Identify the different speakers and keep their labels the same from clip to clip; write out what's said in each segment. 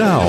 Speaker 1: Now,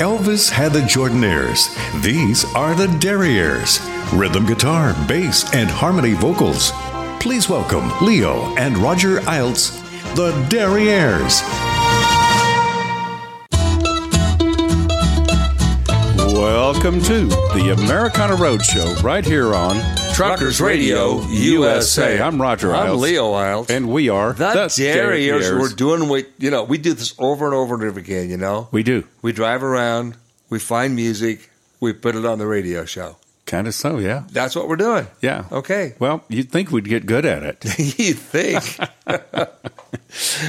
Speaker 1: Elvis had the Jordanaires. These are the Derriers. Rhythm guitar, bass, and harmony vocals. Please welcome Leo and Roger Iltz, the Derriers.
Speaker 2: Welcome to the Americana Roadshow, right here on
Speaker 3: Truckers Radio USA.
Speaker 2: I'm Roger
Speaker 3: I'm
Speaker 2: Iles.
Speaker 3: Leo Isles.
Speaker 2: And we are
Speaker 3: the, Derriers.
Speaker 2: Derriers.
Speaker 3: We're doing what, you know, we do this over and over and over again, you know?
Speaker 2: we do.
Speaker 3: We drive around, we find music, we put it on the radio show.
Speaker 2: Kind of so, yeah.
Speaker 3: That's what we're doing.
Speaker 2: Yeah.
Speaker 3: Okay.
Speaker 2: Well, you'd think we'd get good at it.
Speaker 3: you think.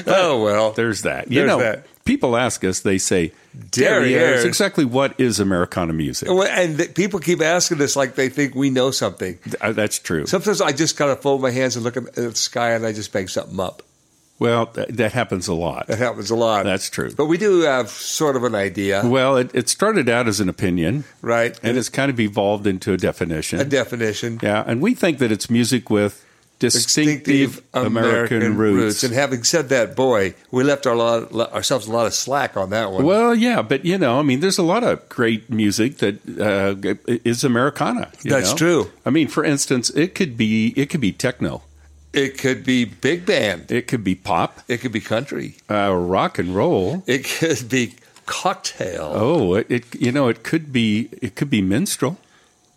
Speaker 3: oh, well.
Speaker 2: There's that. You
Speaker 3: There's
Speaker 2: know,
Speaker 3: that.
Speaker 2: people ask us, they say,
Speaker 3: Derriers.
Speaker 2: Exactly what is Americana music?
Speaker 3: Well, And th- people keep asking us like they think we know something.
Speaker 2: Uh, That's true.
Speaker 3: Sometimes I just kind of fold my hands and look at the sky and I just make something up.
Speaker 2: well, that, that happens a lot.
Speaker 3: That happens a lot.
Speaker 2: That's true.
Speaker 3: But we do have sort of an idea,
Speaker 2: Well, it, it started out as an opinion,
Speaker 3: right?
Speaker 2: and it's kind of evolved into a definition.
Speaker 3: a definition.
Speaker 2: yeah, and we think that it's music with distinctive, American, roots.
Speaker 3: And having said that, boy, we left our lot, le- ourselves a lot of slack on that one.
Speaker 2: Well, yeah, but you know, I mean, there's a lot of great music that uh, g- is Americana. you
Speaker 3: That's
Speaker 2: know?
Speaker 3: true.
Speaker 2: I mean, for instance, it could be it could be techno,
Speaker 3: It could be big band.
Speaker 2: it could be pop,
Speaker 3: It could be country.
Speaker 2: uh, rock and roll.
Speaker 3: It could be cocktail.
Speaker 2: Oh, it, it you know it could be it could be minstrel,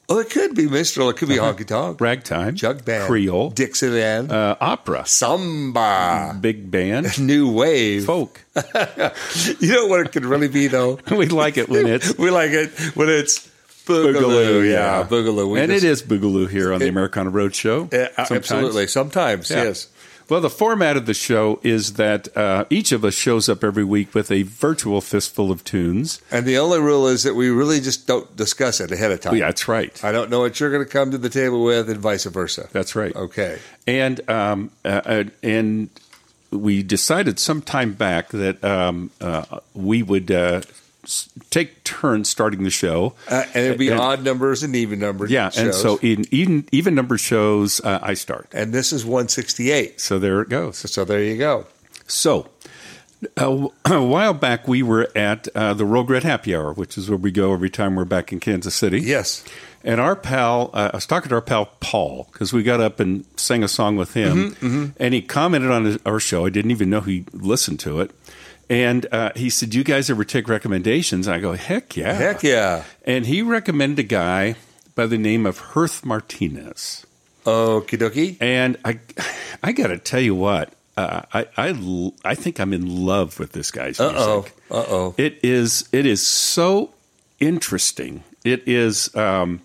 Speaker 3: Oh, it could be minstrel. It could be honky tonk.
Speaker 2: Uh-huh. ragtime,
Speaker 3: Jug band.
Speaker 2: Creole,
Speaker 3: Dixieland.
Speaker 2: uh, opera,
Speaker 3: samba.
Speaker 2: big band,
Speaker 3: New wave.
Speaker 2: folk.
Speaker 3: You know what it could really be, though?
Speaker 2: we like it when it's
Speaker 3: we like it when it's boogaloo. yeah. boogaloo. We
Speaker 2: and
Speaker 3: just-
Speaker 2: it is boogaloo here on the Americana Roadshow.
Speaker 3: Yeah,
Speaker 2: sometimes.
Speaker 3: absolutely. Sometimes,
Speaker 2: Yeah.
Speaker 3: yes.
Speaker 2: Well, the format of the show is that uh, each of us shows up every week with a virtual fistful of tunes.
Speaker 3: And the only rule is that we really just don't discuss it ahead of time.
Speaker 2: yeah, that's right.
Speaker 3: I don't know what you're going to come to the table with, and vice versa.
Speaker 2: That's right.
Speaker 3: Okay.
Speaker 2: And um, uh, uh, and we decided some time back that um, uh, we would uh, s- take turns starting the show.
Speaker 3: Uh, and it'd be
Speaker 2: And-
Speaker 3: odd numbers and even numbers.
Speaker 2: yeah, and so in even even number shows, uh, I start.
Speaker 3: and this is 168.
Speaker 2: So there it goes.
Speaker 3: So there you go.
Speaker 2: So, a, a while back, we were at uh, the Rogue Red Happy Hour, which is where we go every time we're back in Kansas City.
Speaker 3: Yes.
Speaker 2: And our pal, uh, I was talking to our pal Paul because we got up and sang a song with him,
Speaker 3: Mm-hmm,
Speaker 2: and he commented on his, our show. I didn't even know he listened to it, and uh, he said, "Do you guys ever take recommendations?" And I go, "Heck yeah,
Speaker 3: Heck yeah.
Speaker 2: And he recommended a guy by the name of Hearth Martinez.
Speaker 3: Okie dokie.
Speaker 2: And I, I got to tell you what, uh, I, I, l- I think I'm in love with this guy's
Speaker 3: Uh oh.
Speaker 2: music.
Speaker 3: Uh oh.
Speaker 2: It is, it is so interesting. It is, um,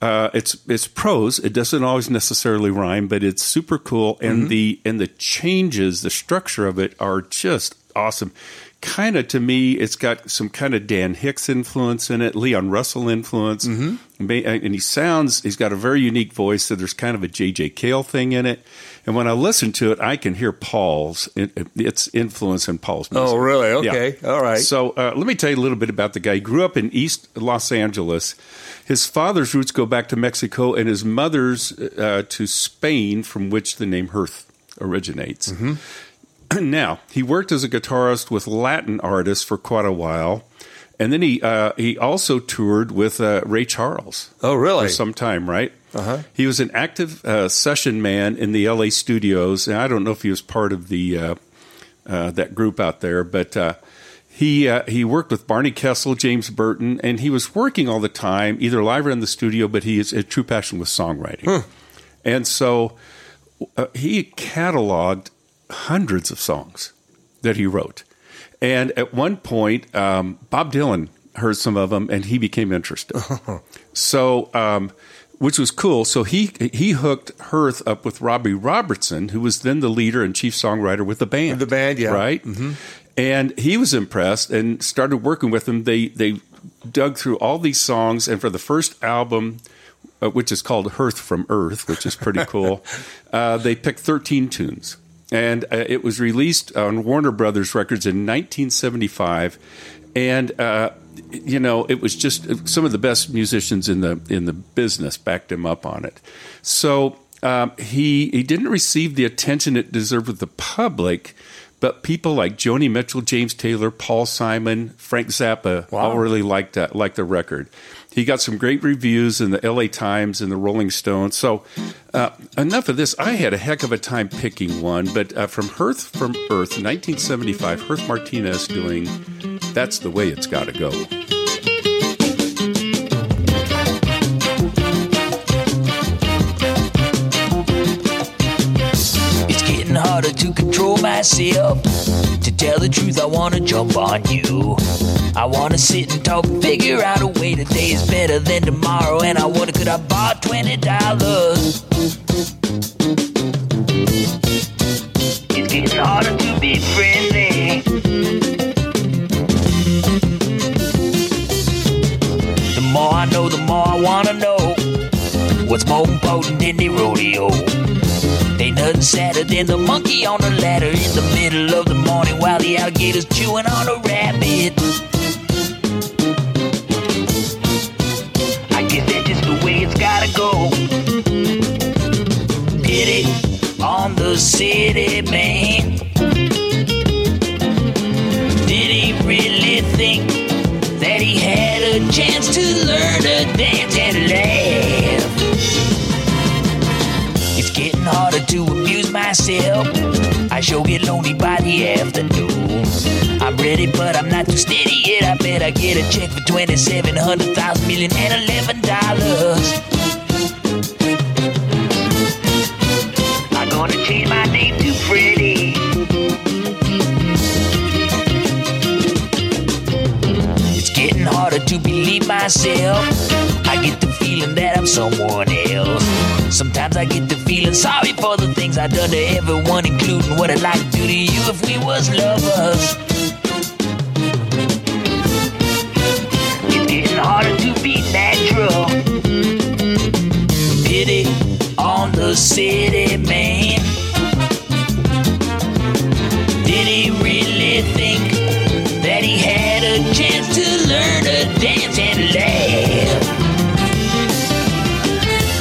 Speaker 2: uh, it's it's prose. It doesn't always necessarily rhyme, but it's super cool. And the and the changes, the structure of it are just awesome. Kind of to me, it's got some kind of Dan Hicks influence in it, Leon Russell influence, Ma- and he sounds. He's got a very unique voice. So there's kind of a JJ Cale thing in it. And when I listen to it, I can hear Paul's it- its influence in Paul's music.
Speaker 3: Oh, really?
Speaker 2: Yeah.
Speaker 3: Okay. All right.
Speaker 2: So uh, let me tell you a little bit about the guy. He grew up in East Los Angeles. His father's roots go back to Mexico and his mother's uh, to Spain, from which the name Hearth originates.
Speaker 3: Mm-hmm.
Speaker 2: Now, he worked as a guitarist with Latin artists for quite a while. And then he uh, he also toured with uh, Ray Charles
Speaker 3: oh, really?
Speaker 2: for some time, right? Uh-huh. He was an active uh, session man in the LA studios, and I don't know if he was part of the uh, uh, that group out there, but uh, he uh, he worked with Barney Kessel, James Burton, and he was working all the time, either live or in the studio. But he is a true passion with songwriting,
Speaker 3: Hmm.
Speaker 2: and so uh, he cataloged hundreds of songs that he wrote. And at one point, um, Bob Dylan heard some of them, and he became interested. so, um, which was cool. So he he hooked Hearth up with Robbie Robertson, who was then the leader and chief songwriter with the band. Mm-hmm.
Speaker 3: The band, yeah.
Speaker 2: right. And he was impressed and started working with him. They they dug through all these songs, and for the first album, uh, which is called Hearth from Earth, which is pretty cool, uh, they picked 13 tunes. And uh, it was released on Warner Brothers Records in 1975. And, uh, you know, it was just uh, some of the best musicians in the in the business backed him up on it. So um, he he didn't receive the attention it deserved with the public, but people like Joni Mitchell, James Taylor, Paul Simon, Frank Zappa all really liked that, liked the record. He got some great reviews in the L.A. Times and the Rolling Stone. So uh, enough of this. I had a heck of a time picking one, but uh, from Hearth from Earth, 1975, Hearth Martinez doing "That's the Way It's Got to Go."
Speaker 4: It's getting harder to control myself. To tell the truth, I wanna jump on you. I wanna sit and talk, figure out a way today is better than tomorrow. And I wonder could I borrow twenty dollars? It's getting harder to be friendly. The more I know, the more I wanna know. What's more important than the rodeo? They nothing sadder than the monkey on the ladder in the middle of the morning while the alligator's chewing on a rabbit. I guess that's just the way it's gotta go. Pity on the city, man. Did he really think that he had a chance to learn to dance and laugh? It's getting harder to amuse myself. I sure get lonely by the afternoon. I'm ready, but I'm not too steady yet. I bet I get a check for 2,700,000 million and 11 dollars. I'm gonna change my name to Freddy. It's getting harder to believe myself. I get the feeling that I'm someone else. Sometimes I get the feeling sorry for the things I done to everyone, including what I'd like to do to you if we was lovers. It's getting harder to be natural. Pity on the city, man. Did he really think that he had a chance to learn to dance and laugh?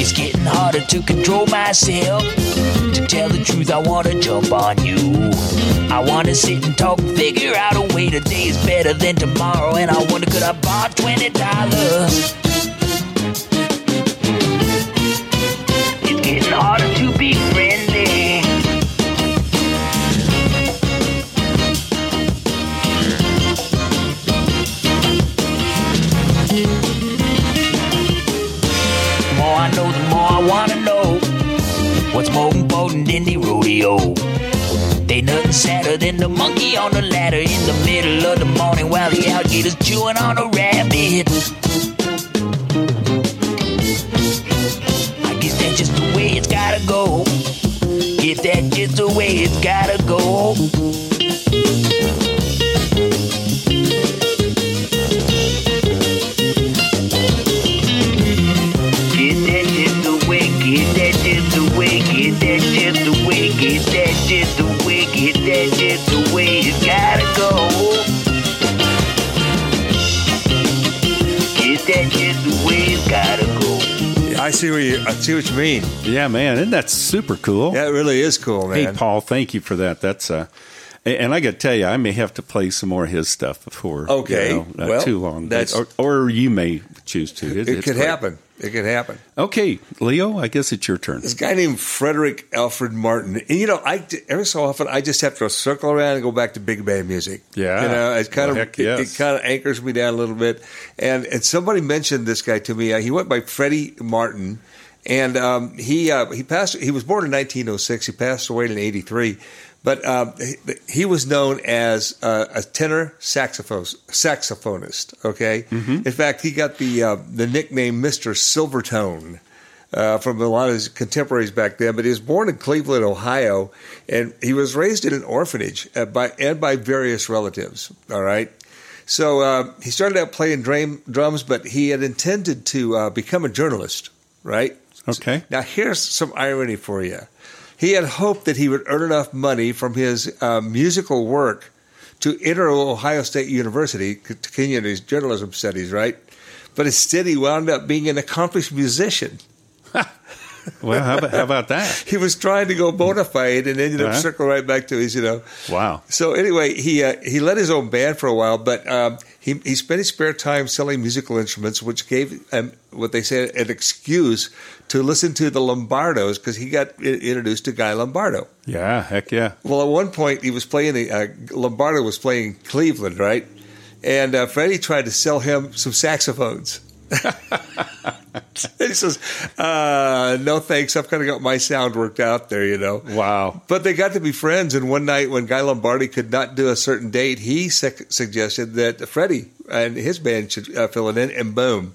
Speaker 4: It's getting harder to control myself. To tell the truth, I wanna jump on you. I wanna sit and talk, figure out a way today is better than tomorrow. And I wonder could I borrow twenty dollars? It's getting harder to be friendly. The more I know, the more I wanna know. What's more important than the rodeo? They nothing sadder than the monkey on the ladder in the middle of the morning while the alligator's chewing on a rabbit. I guess that's just the way it's gotta go. If that's just the way it's gotta go. Get that shit the way, get that shit the way, get that shit the way, get that shit the way, get that shit the way it gotta go. Get that shit the way it gotta go.
Speaker 3: I see what you. I see what you mean.
Speaker 2: Yeah, man, isn't that super cool?
Speaker 3: That really is cool,
Speaker 2: Hey,
Speaker 3: man.
Speaker 2: Paul, thank you for that. That's uh, a- and I got to tell you, I may have to play some more of his stuff before
Speaker 3: Okay,
Speaker 2: you know, uh,
Speaker 3: well,
Speaker 2: too long.
Speaker 3: that's-
Speaker 2: or, or you may choose to. It,
Speaker 3: it
Speaker 2: it's
Speaker 3: could
Speaker 2: great.
Speaker 3: happen. It could happen.
Speaker 2: Okay, Leo, I guess it's your turn.
Speaker 3: This guy named Frederick Alfred Martin, and you know, I every so often I just have to circle around and go back to big band music.
Speaker 2: Yeah.
Speaker 3: you know, it kind
Speaker 2: Well,
Speaker 3: of
Speaker 2: heck,
Speaker 3: it-
Speaker 2: yes.
Speaker 3: it, kind of anchors me down a little bit. And and somebody mentioned this guy to me. Uh, he went by Freddie Martin, and um, he uh, he passed. He was born in 1906. He passed away in '83. But um, he, he was known as uh, a tenor saxophone, saxophonist. Okay, in fact, he got the uh, the nickname Mister Silvertone uh, from a lot of his contemporaries back then. But he was born in Cleveland, Ohio, and he was raised in an orphanage uh, by and by various relatives. All right, So uh, he started out playing dram- drums, but he had intended to uh, become a journalist, right?
Speaker 2: Okay.
Speaker 3: Now, here's some irony for you. He had hoped that he would earn enough money from his uh, musical work to enter Ohio State University to continue his journalism studies, right? But instead, he wound up being an accomplished musician.
Speaker 2: Well, how about, how about that?
Speaker 3: He was trying to go bona fide and ended up
Speaker 2: Uh-huh.
Speaker 3: circling right back to his, you know,
Speaker 2: Wow.
Speaker 3: so anyway, he uh, he led his own band for a while, but um, he he spent his spare time selling musical instruments, which gave um, what they say an excuse to listen to the Lombardos because he got i- introduced to Guy Lombardo.
Speaker 2: Yeah. Heck yeah.
Speaker 3: Well, at one point he was playing the uh, Lombardo was playing Cleveland, right? And uh, Freddie tried to sell him some saxophones. he says, uh, "No thanks. I've kind of got my sound worked out there, you know."
Speaker 2: Wow.
Speaker 3: But they got to be friends, and one night when Guy Lombardi could not do a certain date, he sec- suggested that Freddie and his band should uh, fill it in, and boom,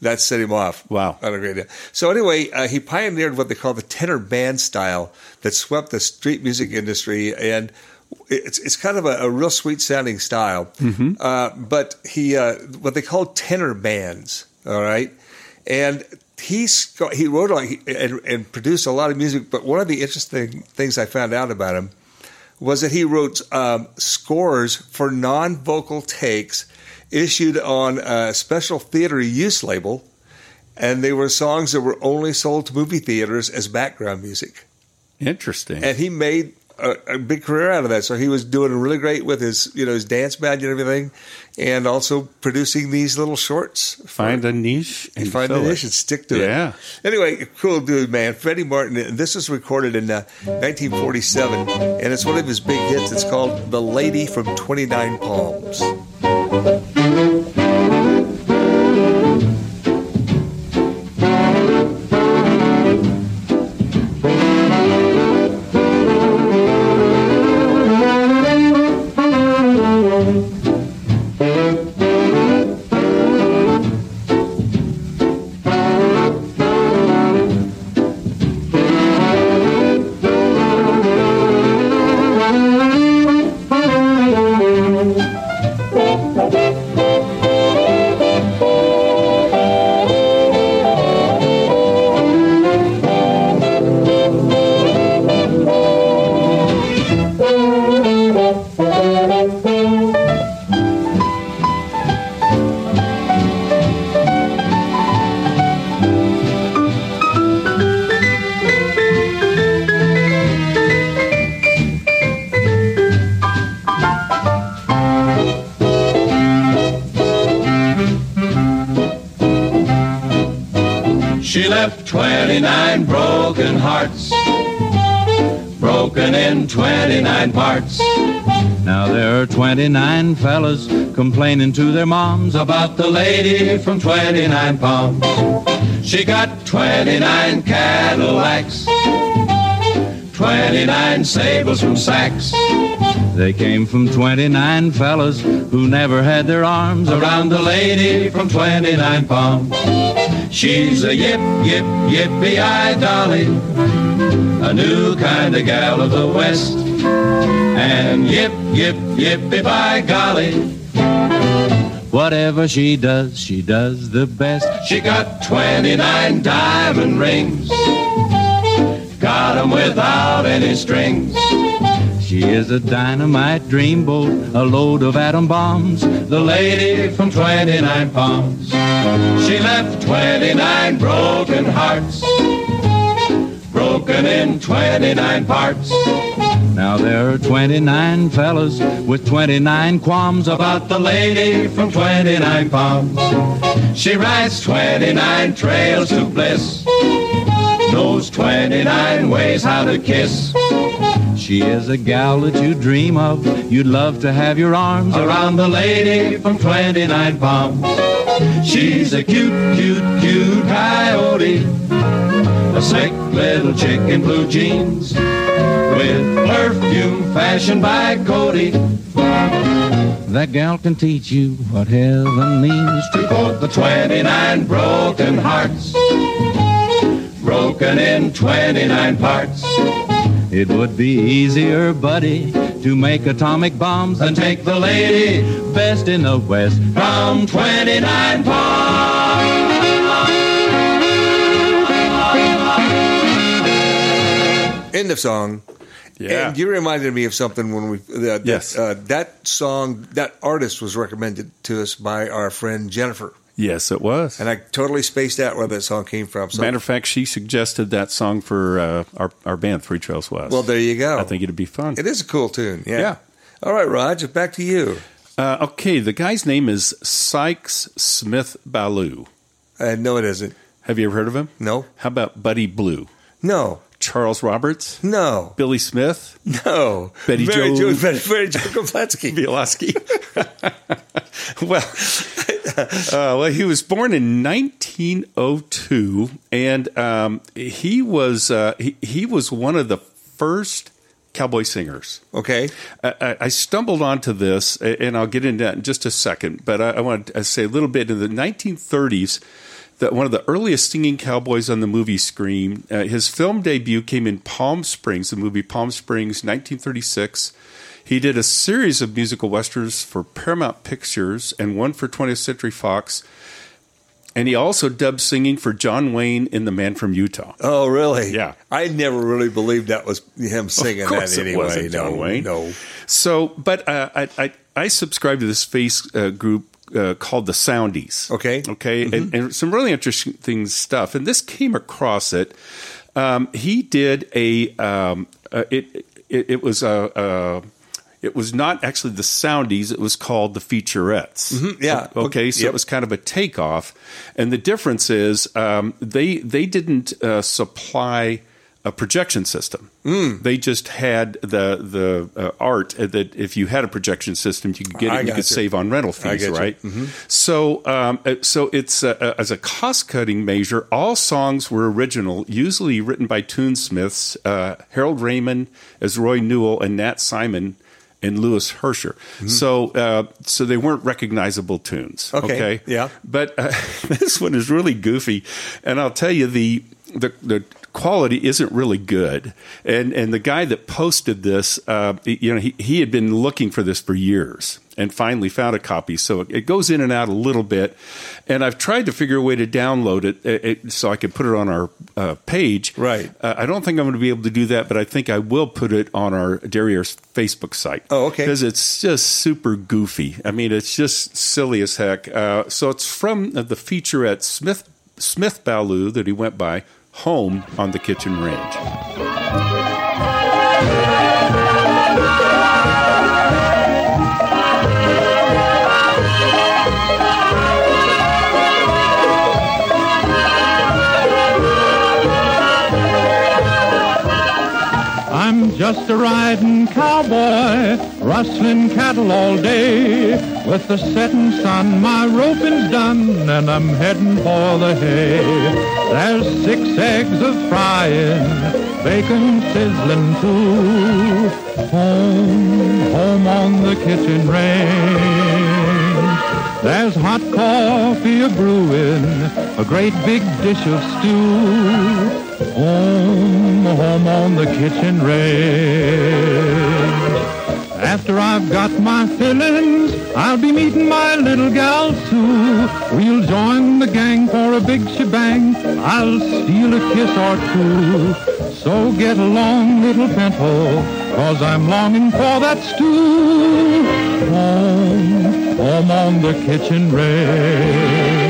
Speaker 3: that set him off.
Speaker 2: Wow.
Speaker 3: On a great deal. So anyway, uh, he pioneered what they call the tenor band style that swept the street music industry, and it's it's kind of a, a real sweet sounding style. Uh, but he uh, what they call tenor bands. All right, and he's go- he wrote like and, and produced a lot of music. But one of the interesting things I found out about him was that he wrote um, scores for non-vocal takes issued on a special theater use label, and they were songs that were only sold to movie theaters as background music.
Speaker 2: Interesting.
Speaker 3: And he made a, a big career out of that. So he was doing really great with his, you know, his dance band and everything, and also producing these little shorts.
Speaker 2: find a niche and
Speaker 3: find
Speaker 2: fill
Speaker 3: an
Speaker 2: it.
Speaker 3: issue, stick to it.
Speaker 2: Yeah.
Speaker 3: Anyway, cool dude, man. Freddie Martin. and This was recorded in uh, 1947, and it's one of his big hits. It's called "The Lady from 29 Palms."
Speaker 5: She left 29 broken hearts, broken in 29 parts. Now there are 29 fellas complaining to their moms about the lady from 29 Palms. She got 29 Cadillacs, 29 sables from Saks. They came from 29 fellas who never had their arms around the lady from 29 Palms. She's a yip, yip, yippee-eye dolly, a new kind of gal of the West. And yip, yip, yippee by golly, whatever she does, she does the best. She got 29 diamond rings, Got 'em without any strings. She is a dynamite dreamboat, a load of atom bombs, the lady from 29 Palms. She left 29 broken hearts, broken in 29 parts. Now there are 29 fellas with 29 qualms about the lady from 29 Palms. She rides 29 trails to bliss, knows 29 ways how to kiss. She is a gal that you dream of. You'd love to have your arms around the lady from 29 Palms. She's a cute, cute, cute coyote. A sick little chick in blue jeans with perfume fashioned by Cody. That gal can teach you what heaven means to quote the 29 broken hearts, broken in 29 parts. It would be easier, buddy,
Speaker 6: to make atomic bombs, then take the lady best in the West from 29 Palms.
Speaker 3: End of song.
Speaker 2: Yeah.
Speaker 3: And you reminded me of something when we that
Speaker 2: Yes.
Speaker 3: that, uh, that song that artist was recommended to us by our friend Jennifer,
Speaker 2: yes, it was.
Speaker 3: and I totally spaced out where that song came from. So
Speaker 2: Matter of fact, she suggested that song for uh, our our band Three Trails West.
Speaker 3: well, there you go.
Speaker 2: I think it'd be fun.
Speaker 3: it is a cool tune. Yeah.
Speaker 2: Yeah.
Speaker 3: All right, Raj, back to you.
Speaker 2: Uh, okay, the guy's name is Sykes Smith Ballou.
Speaker 3: Uh, no, it isn't.
Speaker 2: Have you ever heard of him?
Speaker 3: No.
Speaker 2: How about Buddy Blue,
Speaker 3: No.
Speaker 2: Charles Roberts,
Speaker 3: No.
Speaker 2: Billy Smith,
Speaker 3: No.
Speaker 2: Betty
Speaker 3: Mary
Speaker 2: Jo-
Speaker 3: Jo. Betty, Mary Jo Koplatsky.
Speaker 2: Bielaski? well, uh, well, he was born in 1902, and um, he was uh, he, he was one of the first cowboy singers.
Speaker 3: Okay.
Speaker 2: I- I, I stumbled onto this, a- and I'll get into that in just a second. But I, I want to say a little bit in the 1930s. That one of the earliest singing cowboys on the movie screen. Uh, his film debut came in Palm Springs, the movie Palm Springs, 1936. He did a series of musical westerns for Paramount Pictures and one for 20th Century Fox. And he also dubbed singing for John Wayne in The Man from Utah.
Speaker 3: Oh, really?
Speaker 2: Yeah.
Speaker 3: I never really believed that was him singing
Speaker 2: Of course
Speaker 3: that
Speaker 2: it
Speaker 3: anyway.
Speaker 2: wasn't
Speaker 3: no,
Speaker 2: John Wayne.
Speaker 3: no.
Speaker 2: So, but uh, I, I I subscribe to this face uh, group uh, called the Soundies.
Speaker 3: Okay. Mm-hmm.
Speaker 2: okay, and, and some really interesting things stuff. And this came across it. Um, he did a um, uh, it, it it was a. Uh, it was not actually the Soundies. It was called the Featurettes.
Speaker 3: Mm-hmm. yeah.
Speaker 2: Okay. So
Speaker 3: Yep.
Speaker 2: it was kind of a takeoff, and the difference is um, they they didn't uh, supply a projection system.
Speaker 3: Hmm.
Speaker 2: They just had the the uh, art that if you had a projection system, you could get
Speaker 3: I
Speaker 2: it.
Speaker 3: Mm-hmm.
Speaker 2: and You
Speaker 3: got
Speaker 2: could
Speaker 3: you.
Speaker 2: save on rental fees,
Speaker 3: get you.
Speaker 2: right? So um, uh, so it's uh, as a cost cutting measure. All songs were original, usually written by tunesmiths uh, Harold Raymond as Roy Newell and Nat Simon. And Lewis Hersher, so uh, so they weren't recognizable tunes.
Speaker 3: Okay, yeah.
Speaker 2: But uh, this one is really goofy, and I'll tell you the the, the quality isn't really good. And and the guy that posted this, uh, you know, he, he had been looking for this for years and finally found a copy. So it, it goes in and out a little bit, and I've tried to figure a way to download it, uh, it so I could put it on our uh, page.
Speaker 3: Right.
Speaker 2: Uh, I don't think I'm going to be able to do that, but I think I will put it on our Derriere's Facebook site.
Speaker 3: Oh, okay.
Speaker 2: Because it's just super goofy. I mean, it's just silly as heck. Uh, so it's from the feature at Smith Smith Ballou that he went by, Home on the Kitchen Range.
Speaker 6: I'm just a riding cowboy, rustling cattle all day. With the setting sun, my roping's done, and I'm heading for the hay. There's six eggs of frying, bacon sizzling too. Home, home on the kitchen range. There's hot coffee a brewing, a great big dish of stew. Home, home on the kitchen range. After I've got my fillings, I'll be meeting my little gal Sue. We'll join the gang for a big shebang. I'll steal a kiss or two. So get along, little pinto, cause I'm longing for that stew. Home, home on the kitchen range.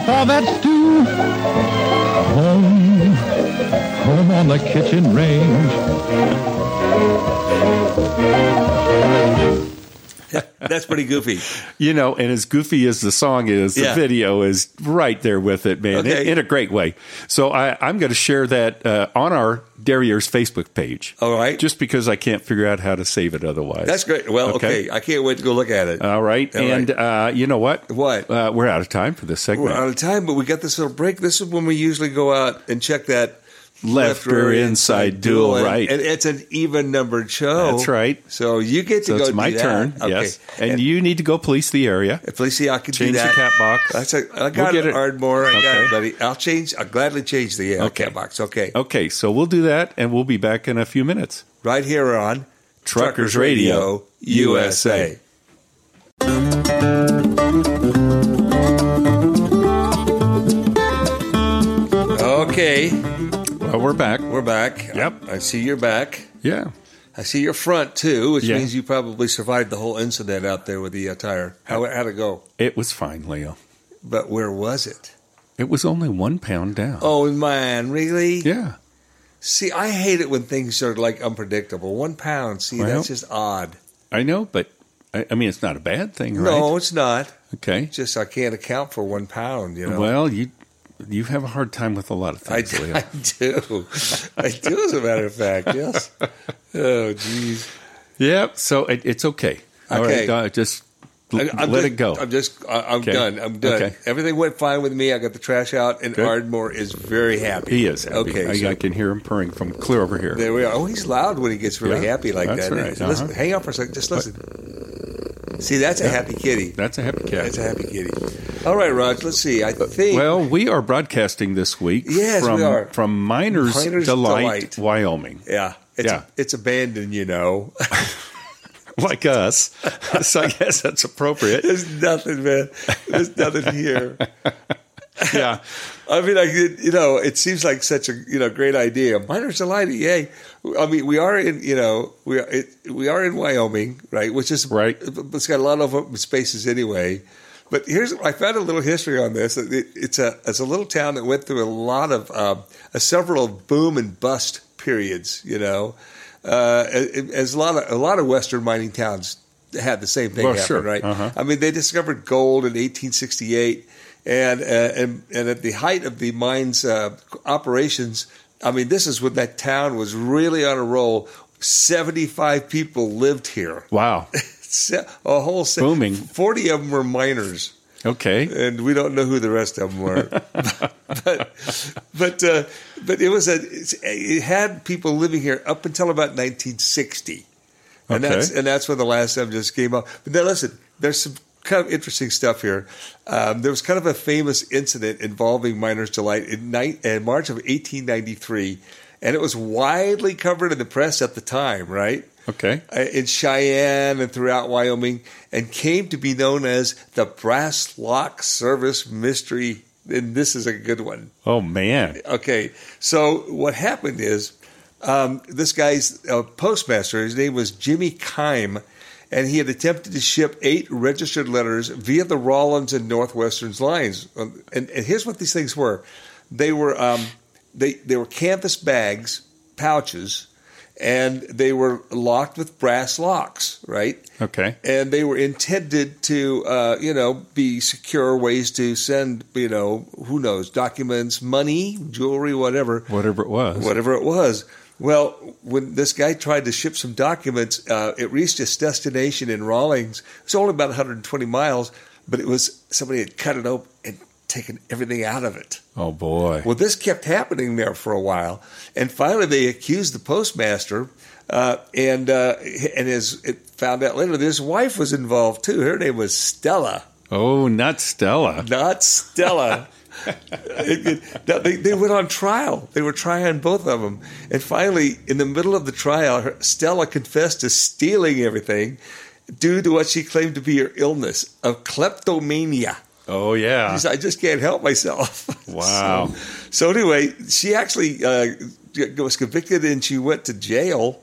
Speaker 6: for that stew. Home, home on the kitchen range.
Speaker 3: That's pretty goofy.
Speaker 2: You know, and as goofy as the song is, the
Speaker 3: Yeah.
Speaker 2: video is right there with it, man,
Speaker 3: Okay.
Speaker 2: in, in a great way. So I, I'm going to share that uh, on our Derriere's Facebook page.
Speaker 3: All right.
Speaker 2: Just because I can't figure out how to save it otherwise.
Speaker 3: That's great. Well, okay. I can't wait to go look at it.
Speaker 2: All right.
Speaker 3: All
Speaker 2: and Uh, you know what?
Speaker 3: What?
Speaker 2: Uh, we're out of time for this segment.
Speaker 3: We're out of time, but we got this little break. This is when we usually go out and check that
Speaker 2: Left or inside duel,
Speaker 3: and-
Speaker 2: right.
Speaker 3: And it's an even numbered show.
Speaker 2: That's right.
Speaker 3: So you get to
Speaker 2: so
Speaker 3: go.
Speaker 2: it's
Speaker 3: do
Speaker 2: my
Speaker 3: that.
Speaker 2: turn.
Speaker 3: Okay.
Speaker 2: Yes. And, you need to go police the area.
Speaker 3: Please see, I can do
Speaker 2: Change the
Speaker 3: that.
Speaker 2: cat box.
Speaker 3: That's a, I
Speaker 2: We'll
Speaker 3: got
Speaker 2: get
Speaker 3: it, Ardmore. I got
Speaker 2: Okay.
Speaker 3: it, buddy. I'll change. I'll gladly change the uh,
Speaker 2: Okay.
Speaker 3: cat box. Okay.
Speaker 2: Okay, so we'll do that, and we'll be back in a few minutes.
Speaker 3: Right here on
Speaker 2: Truckers Radio USA.
Speaker 3: Okay,
Speaker 2: Well, we're back.
Speaker 3: we're back.
Speaker 2: Yep.
Speaker 3: I see you're back.
Speaker 2: Yeah.
Speaker 3: I see your front too, which
Speaker 2: Yeah.
Speaker 3: means you probably survived the whole incident out there with the uh, tire. How how'd it go?
Speaker 2: It was fine, Leo.
Speaker 3: But where was it?
Speaker 2: It was only one pound down.
Speaker 3: Oh man, really?
Speaker 2: Uh-huh. Yeah.
Speaker 3: See, I hate it when things are like unpredictable. One pound. See,
Speaker 2: Well,
Speaker 3: that's just odd.
Speaker 2: I know, but I, I mean, it's not a bad thing, right?
Speaker 3: No, it's not.
Speaker 2: Okay.
Speaker 3: Just I can't account for one pound. You know.
Speaker 2: Well, you you have a hard time with a lot of
Speaker 3: I,
Speaker 2: things,
Speaker 3: do-
Speaker 2: Leo.
Speaker 3: I do. I do, as a matter of fact, yes. Oh, jeez.
Speaker 2: yeah, so it, it's okay. All
Speaker 3: Okay.
Speaker 2: right, uh, just l-
Speaker 3: I- I'm
Speaker 2: let
Speaker 3: just-
Speaker 2: it go.
Speaker 3: I'm just, I- I'm
Speaker 2: Okay.
Speaker 3: done. I'm done.
Speaker 2: Okay.
Speaker 3: Everything went fine with me. I got the trash out, and
Speaker 2: Good.
Speaker 3: Ardmore is very happy.
Speaker 2: he is happy.
Speaker 3: Okay.
Speaker 2: I,
Speaker 3: so
Speaker 2: I can hear him purring from clear over here.
Speaker 3: there we are. Oh, he's loud when he gets really
Speaker 2: Yeah,
Speaker 3: happy like
Speaker 2: that's
Speaker 3: that.
Speaker 2: right.
Speaker 3: Listen,
Speaker 2: Uh-huh.
Speaker 3: Hang on for a second. Just listen. See, that's a happy kitty.
Speaker 2: That's a happy cat. Uh,
Speaker 3: That's a happy kitty. All right, Raj, let's see. I think.
Speaker 2: Well, we are broadcasting this week
Speaker 3: Yes,
Speaker 2: from
Speaker 3: we are.
Speaker 2: from Miners,
Speaker 3: Miners
Speaker 2: Delight,
Speaker 3: Delight.
Speaker 2: Wyoming.
Speaker 3: yeah. It's,
Speaker 2: Yeah.
Speaker 3: it's abandoned, you know.
Speaker 2: Like us. so I guess that's appropriate.
Speaker 3: There's nothing, man. There's nothing here.
Speaker 2: Yeah.
Speaker 3: I mean, I could- you know, it seems like such a you know great idea. Miners delight, yay! I mean, we are in you know we are it, we are in Wyoming, right? Which is
Speaker 2: Right.
Speaker 3: It's got a lot of open spaces anyway. But here's I found a little history on this. It, it's a it's a little town that went through a lot of um, a several boom and bust periods. You know, uh, as- as a lot of a lot of Western mining towns had the same thing
Speaker 2: Well,
Speaker 3: happen,
Speaker 2: sure.
Speaker 3: right?
Speaker 2: Uh-huh.
Speaker 3: I mean, they discovered gold in 1868, and uh, and and at the height of the mine's uh, operations, I mean, this is when that town was really on a roll. Seventy-five people lived here.
Speaker 2: Wow.
Speaker 3: Se- A whole se-
Speaker 2: Booming.
Speaker 3: Forty of them were miners,
Speaker 2: Okay.
Speaker 3: and we don't know who the rest of them were. but but uh, but it was a it's- it had people living here up until about 1960. And
Speaker 2: Okay.
Speaker 3: that's and that's when the last M just came up. But now listen, there's some kind of interesting stuff here. Um, there was kind of a famous incident involving Miners Delight in, night, in March of 1893, and it was widely covered in the press at the time, right?
Speaker 2: Okay.
Speaker 3: Uh, In Cheyenne and throughout Wyoming, and came to be known as the Brass Lock Service Mystery. And this is a good one.
Speaker 2: Oh man.
Speaker 3: Okay, so what happened is um, this guy's uh, postmaster, his name was Jimmy Kime, and he had attempted to ship eight registered letters via the Rollins and Northwestern's lines. Um, And, and here's what these things were: they were um, they they were canvas bags, pouches, and they were locked with brass locks, right?
Speaker 2: Okay.
Speaker 3: and they were intended to, uh, you know, be secure ways to send, you know, who knows, documents, money, jewelry, whatever,
Speaker 2: Whatever it was.
Speaker 3: whatever it was. Well, when this guy tried to ship some documents, uh, it reached its destination in Rawlings. It's only about 120 miles, but it was somebody had cut it open and taken everything out of it.
Speaker 2: Oh boy.
Speaker 3: Well, this kept happening there for a while, and finally they accused the postmaster, uh, and uh, and as it found out later, his wife was involved too. Her name was Stella,
Speaker 2: Oh, not Stella.
Speaker 3: not Stella. It- it- now, they, they went on trial. They were trying both of them, and finally, in the middle of the trial, her, Stella confessed to stealing everything due to what she claimed to be her illness of kleptomania.
Speaker 2: Oh yeah.
Speaker 3: She said, I just can't help myself.
Speaker 2: Wow.
Speaker 3: So anyway, she actually uh, was convicted and she went to jail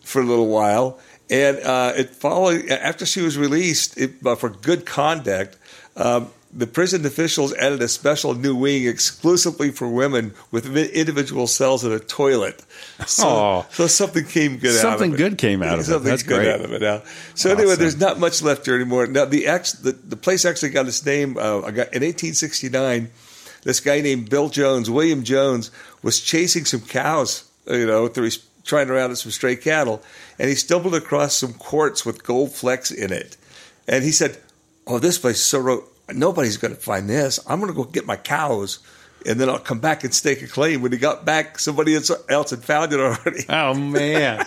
Speaker 3: for a little while. And uh, it followed after she was released it, uh, for good conduct. Um, The prison officials added a special new wing exclusively for women with vi- individual cells and a toilet. So,
Speaker 2: Aw.
Speaker 3: so something came good out of
Speaker 2: Something
Speaker 3: it.
Speaker 2: good came out of it.
Speaker 3: Something
Speaker 2: That's
Speaker 3: good
Speaker 2: great.
Speaker 3: out of it now. So anyway,
Speaker 2: Awesome.
Speaker 3: there's not much left here anymore. Now the act, the, the place actually got its name. Uh, I got- in 1869. This guy named Bill Jones, William Jones, was chasing some cows. You know, through his, trying to round up some stray cattle, and he stumbled across some quartz with gold flecks in it. And he said, "Oh, this place is so ro- nobody's going to find this. I'm going to go get my cows." And then I'll come back and stake a claim. When he got back, somebody else else had found it already
Speaker 2: Oh man.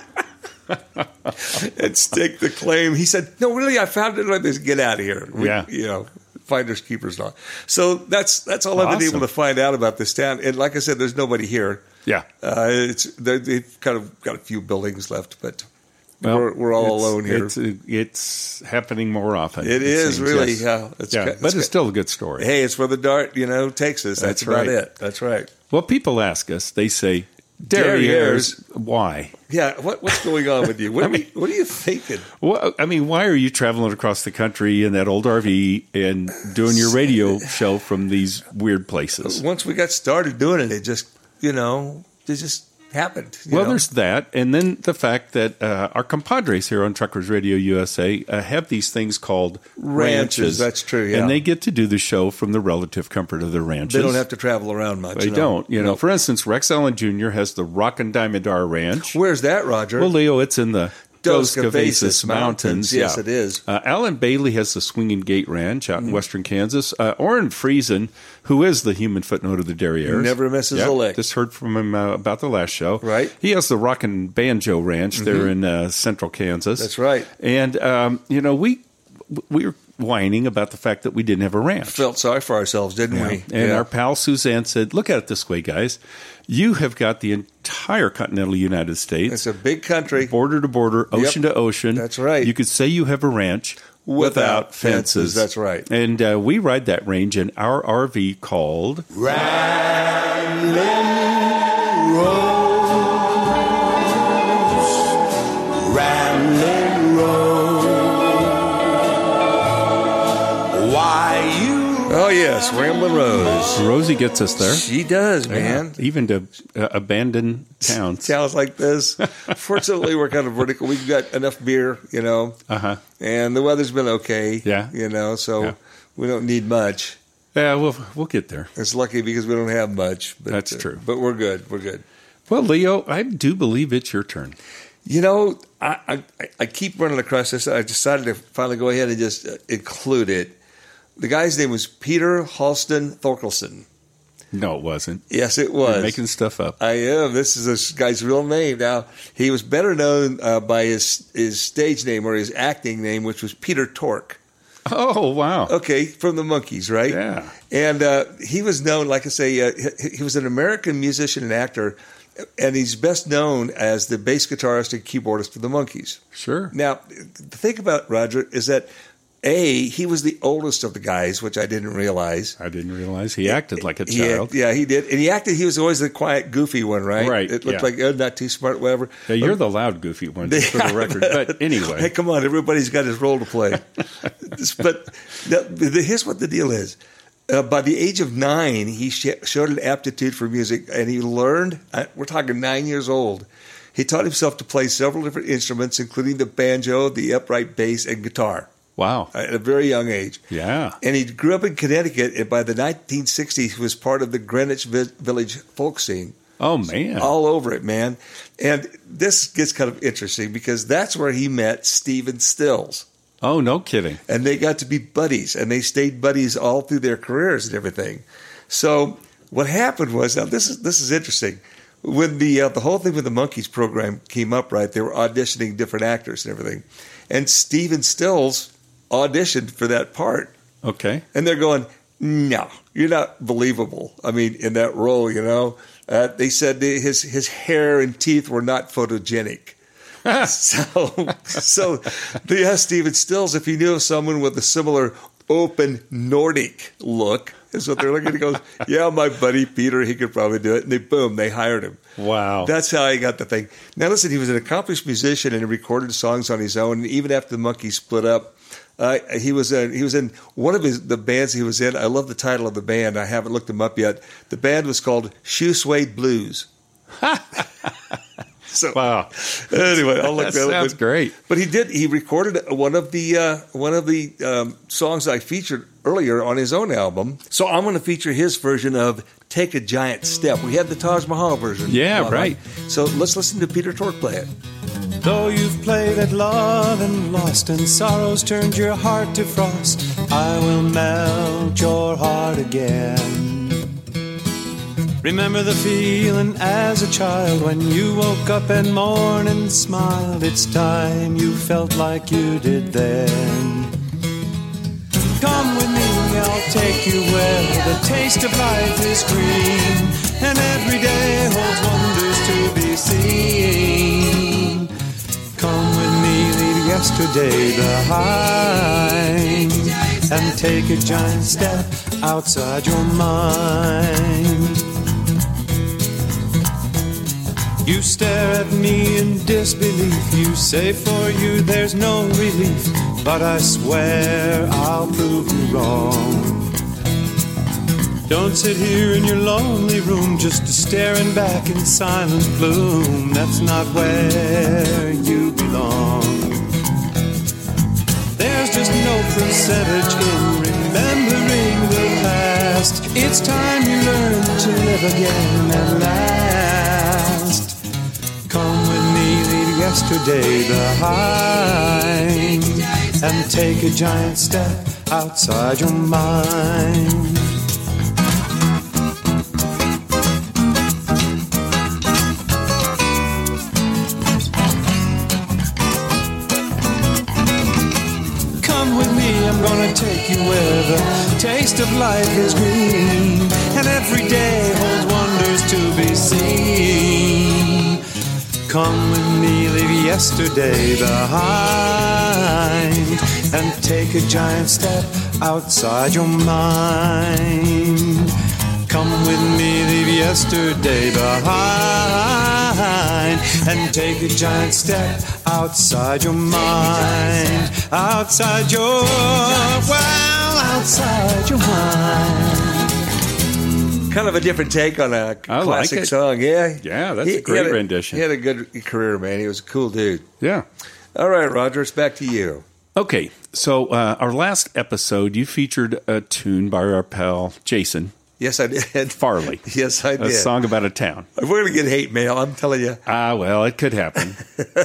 Speaker 3: and stake the claim. He said, "No, really, I found it like this. Get out of here." We-
Speaker 2: Yeah.
Speaker 3: you know, finders keepers law. So that's that's all I've been
Speaker 2: Awesome.
Speaker 3: able to find out about this town. And like I said, there's nobody here.
Speaker 2: yeah.
Speaker 3: Uh, it's they- they've kind of got a few buildings left, but
Speaker 2: Well,
Speaker 3: we're, we're all
Speaker 2: it's-
Speaker 3: alone here.
Speaker 2: It's, it's happening more often.
Speaker 3: It is, really,
Speaker 2: yes.
Speaker 3: yeah. It's
Speaker 2: yeah,
Speaker 3: ca-
Speaker 2: but it's
Speaker 3: it's ca-
Speaker 2: still a good story.
Speaker 3: hey, it's where the dart you know takes us.
Speaker 2: That's
Speaker 3: That's, about
Speaker 2: right.
Speaker 3: it. That's right.
Speaker 2: Well, people ask us. They say,
Speaker 3: Derrieres.
Speaker 2: "Derrieres, why?"
Speaker 3: Yeah. What what's going on with you? What, are, you- what are you thinking?
Speaker 2: Well, I mean, why are you traveling across the country in that old RV and doing your radio show from these weird places?
Speaker 3: Once we got started doing it, it just you know it just happened. you
Speaker 2: Well,
Speaker 3: know?
Speaker 2: there's that, and then the fact that uh, our compadres here on Truckers Radio USA uh, have these things called ranches.
Speaker 3: Ranches, that's true, yeah.
Speaker 2: and they get to do the show from the relative comfort of their ranches.
Speaker 3: they don't have to travel around much.
Speaker 2: They
Speaker 3: no.
Speaker 2: don't. You know,
Speaker 3: No.
Speaker 2: for instance, Rex Allen Jr. has the Rock and Diamondar Ranch.
Speaker 3: Where's that, Roger?
Speaker 2: Well, Leo, it's in the Dos
Speaker 3: Dos
Speaker 2: Cabezas
Speaker 3: Cabezas
Speaker 2: Mountains.
Speaker 3: Mountains. Yes, it is. Hmm.
Speaker 2: Uh, Alan Bailey has the Swinging Gate Ranch out in western Kansas. Uh, Orrin Friesen, who is the human footnote of the Derriere,
Speaker 3: Never misses a lick.
Speaker 2: Just heard from him uh, about the last show.
Speaker 3: Right. Mm-hmm.
Speaker 2: He has the Rockin' Banjo Ranch there in uh, central Kansas.
Speaker 3: That's right.
Speaker 2: And um, you know, we we were whining about the fact that we didn't have a ranch.
Speaker 3: felt sorry for ourselves, didn't we?
Speaker 2: And
Speaker 3: Yeah.
Speaker 2: our pal Suzanne said, "Look at it this way, guys. You have got the entire continental United States
Speaker 3: it's a big country.
Speaker 2: border to border, ocean to ocean.
Speaker 3: That's right.
Speaker 2: You could say you have a ranch
Speaker 3: Without fences. That's right.
Speaker 2: And uh, we ride that range in our RV called
Speaker 3: Oh yes, Ramblin' Rose.
Speaker 2: Rosie gets us there.
Speaker 3: She does, man.
Speaker 2: Even to uh, abandon towns.
Speaker 3: Sounds like this. Fortunately, we're kind of vertical. We've got enough beer, you know,
Speaker 2: Uh huh.
Speaker 3: and the weather's been okay.
Speaker 2: Yeah.
Speaker 3: you know, so
Speaker 2: Yeah.
Speaker 3: we don't need much.
Speaker 2: Yeah, we'll we'll get there.
Speaker 3: It's lucky because we don't have much. But, uh,
Speaker 2: That's true.
Speaker 3: But we're good. We're good.
Speaker 2: Well, Leo, I do believe it's your turn.
Speaker 3: You know, I, I, I keep running across this. I decided to finally go ahead and just uh, include it. The guy's name was Peter Halston Thorkelson.
Speaker 2: No, it wasn't.
Speaker 3: Yes, it
Speaker 2: You're
Speaker 3: was.
Speaker 2: making stuff up.
Speaker 3: I am. This is this guy's real name. Now, he was better known uh, by his, his stage name or his acting name, which was Peter Tork.
Speaker 2: Oh wow.
Speaker 3: Okay, from the Monkees, right?
Speaker 2: Yeah.
Speaker 3: And uh, he was known, like I say, uh, he, he was an American musician and actor, and he's best known as the bass guitarist and keyboardist for the Monkees.
Speaker 2: Sure.
Speaker 3: Now, the thing about Roger is that a he was the oldest of the guys, which I didn't realize.
Speaker 2: I didn't realize he acted like a
Speaker 3: He act-
Speaker 2: child.
Speaker 3: yeah, he did, and he acted. He was always the quiet, goofy one, right?
Speaker 2: Right,
Speaker 3: It looked
Speaker 2: yeah.
Speaker 3: like oh, not too smart, whatever.
Speaker 2: Yeah, you're the loud, goofy one just for the record. But anyway,
Speaker 3: Hey, come on, everybody's got his role to play. Just- but now, the, here's what the deal is. Uh, by the age of nine, he sh- showed an aptitude for music, and he learned. Uh, we're talking nine years old. He taught himself to play several different instruments, including the banjo, the upright bass, and guitar
Speaker 2: wow.
Speaker 3: at a very young age.
Speaker 2: Yeah.
Speaker 3: And he grew up in Connecticut, and by the 1960s, he was part of the Greenwich Vi- Village folk scene
Speaker 2: Oh man.
Speaker 3: all over it, man. And this gets kind of interesting because that's where he met Steven Stills.
Speaker 2: Oh no, kidding.
Speaker 3: And they got to be buddies and they stayed buddies all through their careers and everything. So what happened was now this is this is interesting. When the uh, the whole thing with the monkeys program came up, right? They were auditioning different actors and everything, and Steven Stills auditioned for that part.
Speaker 2: Okay.
Speaker 3: And they're going, no, you're not believable. I mean, in that role, you know, uh, they said that his his hair and teeth were not photogenic. so, so they asked Steven Stills if he knew of someone with a similar open Nordic look. Is what they're looking. at. He goes, "Yeah, my buddy Peter, he could probably do it." And they boom, they hired him.
Speaker 2: Wow.
Speaker 3: That's how he got the thing. Now, listen, he was an accomplished musician and he recorded songs on his own. And even after the Monkees split up, Uh, he was uh, he was in one of his the bands he was in. I love the title of the band. I haven't looked them up yet. The band was called Shoe Suede Blues. so
Speaker 2: Wow.
Speaker 3: anyway, I'll look
Speaker 2: That
Speaker 3: that up.
Speaker 2: sounds
Speaker 3: But-
Speaker 2: great.
Speaker 3: But he did. He recorded one of the uh, one of the um, songs I featured earlier on his own album. So I'm going to feature his version of "Take a Giant Step." We had the Taj Mahal version.
Speaker 2: Yeah,
Speaker 3: Bob,
Speaker 2: right.
Speaker 3: So let's listen to Peter Tork play it.
Speaker 7: Though you've played at love and lost, and sorrows turned your heart to frost, I will melt your heart again. Remember the feeling as a child when you woke up and morn and smiled. It's time you felt like you did then. Come with me, I'll take you where the taste of life is green, and every day holds wonders to be seen. Come with me, leave yesterday behind, and take a giant step outside your mind. You stare at me in disbelief. You say for you there's no relief, but I swear I'll prove you wrong. Don't sit here in your lonely room just staring back in silent gloom. That's not where you belong. There's just no percentage in remembering the past. It's time you learn to live again at last. Come with me, leave yesterday behind, and take a giant step outside your mind. Come with me, I'm gonna take you where the taste of life is green, and every day holds wonders to be seen. Come with me, leave yesterday behind, and take a giant step outside your mind. Come with me, leave yesterday behind, and take a giant step outside your mind, outside your well, outside your mind.
Speaker 3: Kind of a different take on a
Speaker 2: I like
Speaker 3: classic
Speaker 2: it.
Speaker 3: song. Yeah,
Speaker 2: Yeah, that's a
Speaker 3: he
Speaker 2: great
Speaker 3: had
Speaker 2: rendition.
Speaker 3: He had a good career, man. He was a cool dude.
Speaker 2: Yeah.
Speaker 3: All right, Roger, it's back to you.
Speaker 2: Okay, so uh, our last episode, you featured a tune by our pal Jason
Speaker 3: Yes, I did.
Speaker 2: Farley.
Speaker 3: Yes, I
Speaker 2: A
Speaker 3: did.
Speaker 2: song about a town.
Speaker 3: We're gonna get hate mail. I'm telling you.
Speaker 2: Ah, well, it could happen.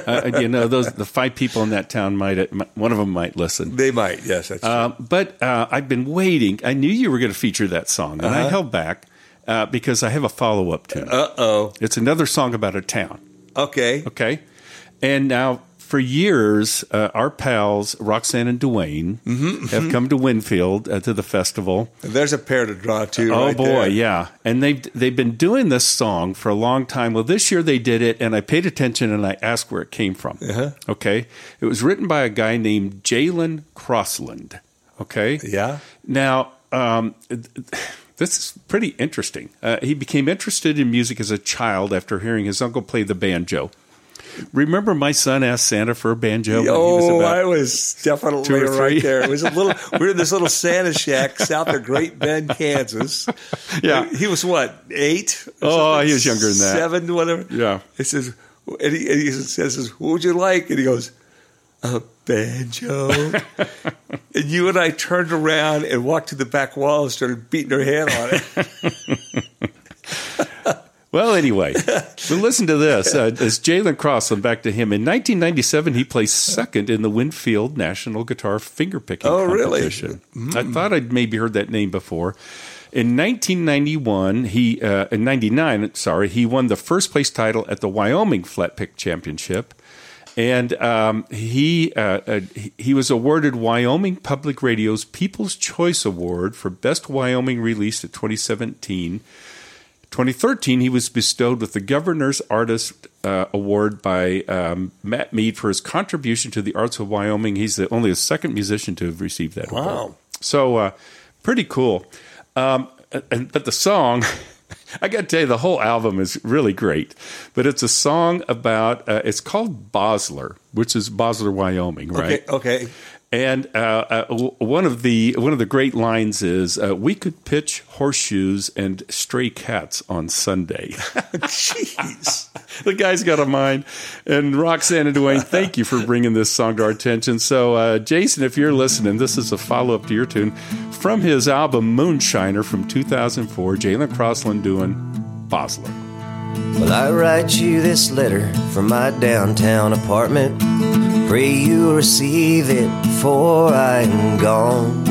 Speaker 2: uh, you know, those the five people in that town might might- one of them might listen.
Speaker 3: They might. Yes, that's true.
Speaker 2: Uh, but uh, I've been waiting. I knew you were going to feature that song, and
Speaker 3: Uh-huh.
Speaker 2: I held back uh, because I have a follow up tune.
Speaker 3: Uh oh.
Speaker 2: it's another song about a town.
Speaker 3: Okay.
Speaker 2: Okay. And now, for years, uh, our pals Roxanne and Dwayne
Speaker 3: Mm-hmm,
Speaker 2: have come to Winfield uh, to the festival.
Speaker 3: There's a pair to draw to.
Speaker 2: Oh
Speaker 3: right
Speaker 2: boy,
Speaker 3: there.
Speaker 2: yeah. And they've they've been doing this song for a long time. Well, this year they did it, and I paid attention and I asked where it came from.
Speaker 3: Uh-huh.
Speaker 2: Okay, it was written by a guy named Jalen Crossland. Okay,
Speaker 3: Yeah.
Speaker 2: Now, um, this is pretty interesting. Uh, he became interested in music as a child after hearing his uncle play the banjo. Remember, my son asked Santa for a banjo. when he was
Speaker 3: Oh,
Speaker 2: about-
Speaker 3: I was
Speaker 2: two
Speaker 3: definitely
Speaker 2: or three.
Speaker 3: right there. It was a little. we were in this little Santa shack south of Great Bend, Kansas.
Speaker 2: Yeah.
Speaker 3: he was what eight?
Speaker 2: Oh,
Speaker 3: or something?
Speaker 2: he was younger than that.
Speaker 3: Seven, whatever.
Speaker 2: Yeah.
Speaker 3: He says, and he, and he says, "What would you like?" And he goes, "A banjo." and you and I turned around and walked to the back wall and started beating her head on it.
Speaker 2: Well, anyway, but listen to this. Uh, it's Jalen Crossland, back to him. In 1997, he placed second in the Winfield National Guitar Fingerpicking
Speaker 3: Oh, really? Mm.
Speaker 2: Competition. I thought I'd maybe heard that name before. In 1991, he uh, in 99, sorry, he won the first place title at the Wyoming Flat Pick Championship, and um, he uh, uh, he- he was awarded Wyoming Public Radio's People's Choice Award for Best Wyoming Release of 2017. 2013, he was bestowed with the Governor's Artist uh, Award by um, Matt Mead for his contribution to the arts of Wyoming. He's the only the second musician to have received that award.
Speaker 3: Wow.
Speaker 2: So, uh, pretty cool. Um, and, but the song, I got to tell you, the whole album is really great. But it's a song about, uh, it's called Bosler, which is Bosler, Wyoming, right?
Speaker 3: Okay, okay.
Speaker 2: And uh, uh, w- one of the one of the great lines is, uh, "We could pitch horseshoes and stray cats on Sunday." Jeez, the guy's got a mind. And Roxanne and Dwayne, thank you for bringing this song to our attention. So, uh, Jason, if you're listening, this is a follow up to your tune from his album Moonshiner from 2004. Jalen Crossland doing Bosler.
Speaker 8: Well, I write you this letter from my downtown apartment. Pray you receive it before I am gone.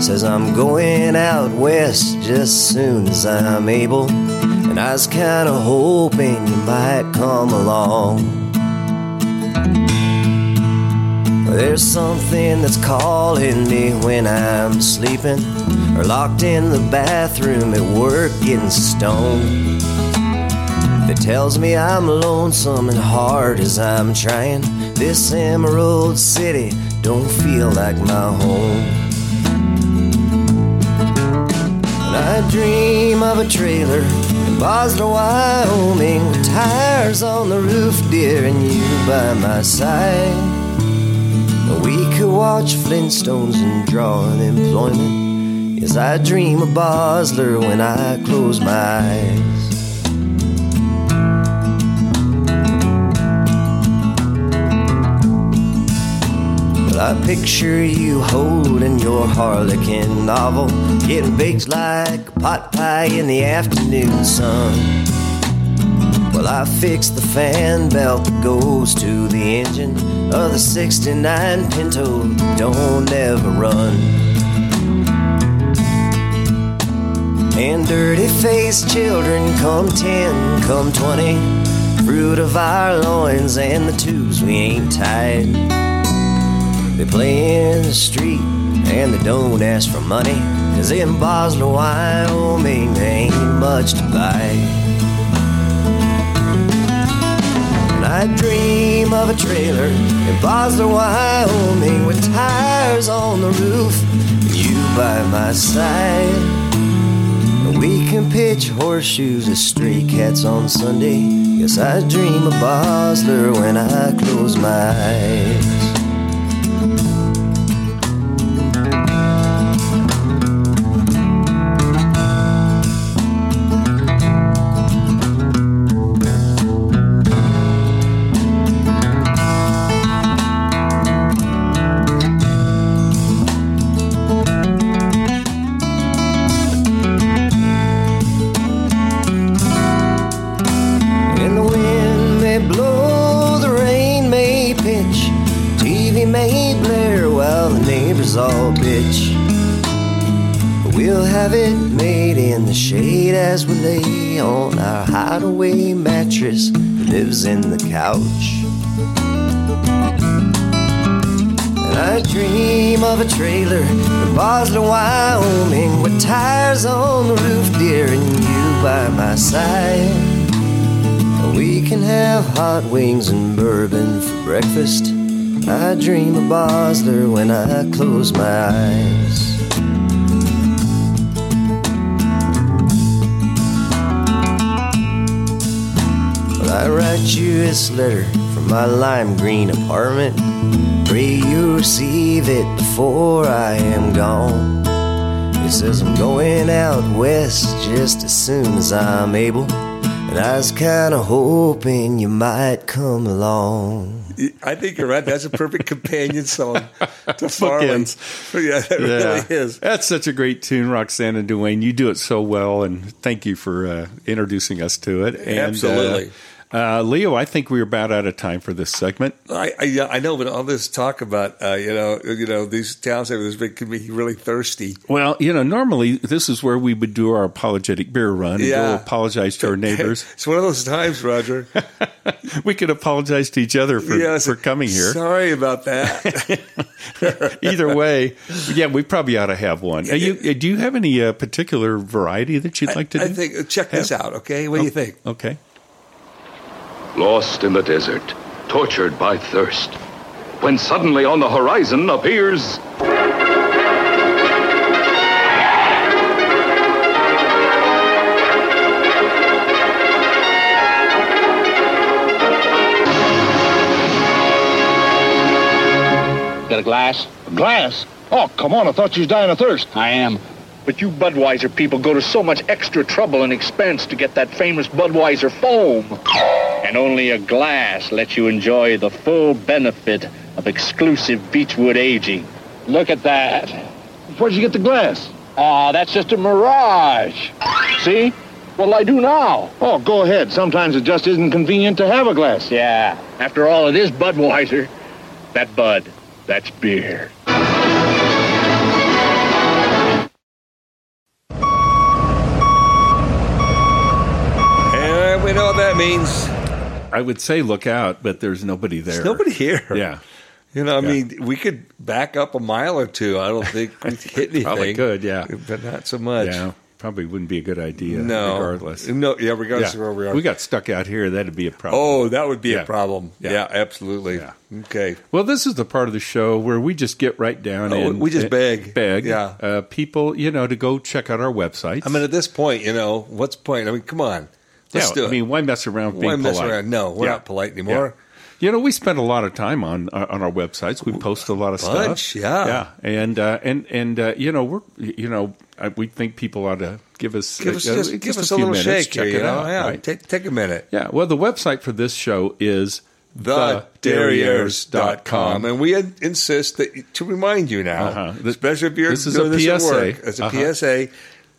Speaker 8: Says I'm going out west just soon as I'm able. And I was kinda hoping you might come along. There's something that's calling me when I'm sleeping, or locked in the bathroom at work getting stoned that tells me I'm lonesome and hard as I'm trying. This emerald city don't feel like my home. And I dream of a trailer in Boston, Wyoming, with tires on the roof, dear, and you by my side. And we could watch Flintstones and draw on employment. Yes, I dream of Bosler when I close my eyes. Well, I picture you holding your harlequin novel, getting baked like pot pie in the afternoon sun. Well, I fix the fan belt that goes to the engine of the 69 Pinto, that don't ever run. And dirty faced children come 10, come 20, fruit of our loins and the tubes we ain't tied. They play in the street and they don't ask for money. Cause in Bosler, Wyoming, there ain't much to buy. And I dream of a trailer in Bosler, Wyoming, with tires on the roof and you by my side. And we can pitch horseshoes as stray cats on Sunday. Yes, I dream of Bosler when I close my eyes. And the wind may blow, the rain may pitch, TV may blare while the neighbors all bitch. But we'll have it made in the shade as we lay on our hideaway mattress that lives in the couch. And I dream of a trailer in Boston, Wyoming, with tires on the roof, dear, and you by my side. We can have hot wings and bourbon for breakfast. I dream of Bosler when I close my eyes. Well, I write you this letter from my lime green apartment. Pray you receive it before I am gone. He says I'm going out west just as soon as I'm able. And I was kinda hoping you might come along.
Speaker 3: I think you're right. That's a perfect companion song to Farley.
Speaker 2: Bookends.
Speaker 3: Yeah, that really is.
Speaker 2: That's such a great tune, Roxanne and Dwayne. You do it so well, and thank you for uh, introducing us to it. And,
Speaker 3: Absolutely.
Speaker 2: Uh, uh, Leo, I think we're about out of time for this segment.
Speaker 3: I, I, yeah, I know, but all this talk about uh, you know you know these towns have this big could be really thirsty.
Speaker 2: Well, you know, normally this is where we would do our apologetic beer run and
Speaker 3: Yeah.
Speaker 2: go apologize to our neighbors.
Speaker 3: It's one of those times, Roger.
Speaker 2: we could apologize to each other for,
Speaker 3: Yes.
Speaker 2: for coming here.
Speaker 3: Sorry about that.
Speaker 2: Either way, yeah, we probably ought to have one. Uh, you, uh, do you have any uh, particular variety that you'd like to
Speaker 3: I
Speaker 2: do?
Speaker 3: think uh, check this
Speaker 2: Have-
Speaker 3: out. Okay, what do you think?
Speaker 2: Okay.
Speaker 9: lost in the desert, tortured by thirst, when suddenly on the horizon appears.
Speaker 10: got a glass?
Speaker 11: Glass? Oh, come on. I thought you was dying of thirst.
Speaker 10: I am.
Speaker 11: But you Budweiser people go to so much extra trouble and expense to get that famous Budweiser foam.
Speaker 10: And only a glass lets you enjoy the full benefit of exclusive Beechwood aging. Look at that.
Speaker 11: Where'd you get the glass?
Speaker 10: Ah, that's just a mirage.
Speaker 11: See? What'll I do now? Oh, go ahead. Sometimes it just isn't convenient to have a glass.
Speaker 10: Yeah.
Speaker 11: After all, it is Budweiser. That Bud, that's beer.
Speaker 3: And we know what that means.
Speaker 2: I would say look out, but there's nobody there.
Speaker 3: There's nobody here.
Speaker 2: Yeah.
Speaker 3: You know, I
Speaker 2: Yeah.
Speaker 3: mean, we could back up a mile or two. I don't think we'd hit anything.
Speaker 2: Probably could, yeah.
Speaker 3: But not so much.
Speaker 2: Yeah. Probably wouldn't be a good idea.
Speaker 3: No.
Speaker 2: Regardless.
Speaker 3: No, yeah, regardless of where we are.
Speaker 2: We got stuck out here. That'd be a problem.
Speaker 3: Oh, that would be
Speaker 2: Yeah.
Speaker 3: a problem.
Speaker 2: Yeah.
Speaker 3: Yeah, absolutely. Okay.
Speaker 2: Well, this is the part of the show where we just get right down
Speaker 3: Oh,
Speaker 2: and
Speaker 3: we just
Speaker 2: and-
Speaker 3: beg.
Speaker 2: beg,
Speaker 3: Yeah.
Speaker 2: uh, people, you know, to go check out our website.
Speaker 3: I mean, at this point, you know, what's the point? I mean, come on. Let's
Speaker 2: yeah,
Speaker 3: do it.
Speaker 2: I mean, why mess around? With
Speaker 3: Why
Speaker 2: being
Speaker 3: mess
Speaker 2: polite?
Speaker 3: around? No, we're not polite anymore.
Speaker 2: You know, we spend a lot of time on uh, on our websites. We post a lot of
Speaker 3: Bunch,
Speaker 2: stuff.
Speaker 3: yeah.
Speaker 2: yeah, and uh, and and uh, you know, we're you know, I, we think people ought to give us
Speaker 3: Give us,
Speaker 2: uh,
Speaker 3: just,
Speaker 2: just
Speaker 3: give us a,
Speaker 2: few
Speaker 3: little
Speaker 2: minutes,
Speaker 3: shake
Speaker 2: check
Speaker 3: here, you
Speaker 2: it
Speaker 3: know?
Speaker 2: out,
Speaker 3: yeah,
Speaker 2: right?
Speaker 3: take, take a minute.
Speaker 2: Yeah, well, the website for this show is
Speaker 3: TheDerriers.com. And we in- insist that to remind you now,
Speaker 2: Uh-huh. Th-
Speaker 3: especially if you're
Speaker 2: this is
Speaker 3: doing
Speaker 2: a
Speaker 3: this at
Speaker 2: PSA.
Speaker 3: work, as a
Speaker 2: Uh-huh.
Speaker 3: PSA,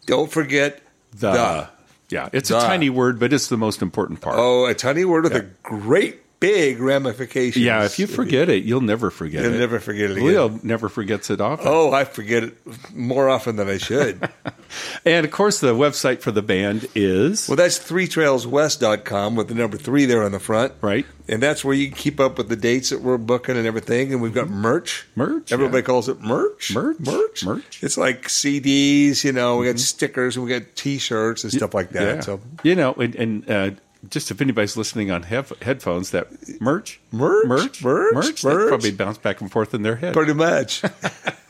Speaker 3: don't forget
Speaker 2: The.
Speaker 3: the.
Speaker 2: Yeah, it's
Speaker 3: The.
Speaker 2: a tiny word, but it's the most important part.
Speaker 3: Oh, a tiny word with a great big ramification.
Speaker 2: yeah, if you forget it, you'll never forget
Speaker 3: You'll
Speaker 2: it.
Speaker 3: never forget it again.
Speaker 2: Leo never forgets it often.
Speaker 3: Oh, I forget it more often than I should.
Speaker 2: And of course, the website for the band is
Speaker 3: well, that's three trailswest.com with the number three there on the front.
Speaker 2: right.
Speaker 3: And that's where you can keep up with the dates that we're booking and everything. And we've got merch.
Speaker 2: Mm-hmm. Merch,
Speaker 3: Everybody
Speaker 2: yeah.
Speaker 3: calls it merch.
Speaker 2: Merch,
Speaker 3: Merch.
Speaker 2: merch.
Speaker 3: It's like CDs, you know,
Speaker 2: Mm-hmm.
Speaker 3: we got stickers and we got t shirts and stuff like that.
Speaker 2: Yeah.
Speaker 3: So
Speaker 2: you know, and, and uh, just if anybody's listening on hef- headphones, that merch,
Speaker 3: Merch,
Speaker 2: merch,
Speaker 3: merch,
Speaker 2: merch, they
Speaker 3: merch.
Speaker 2: probably bounce back and forth in their head.
Speaker 3: pretty much.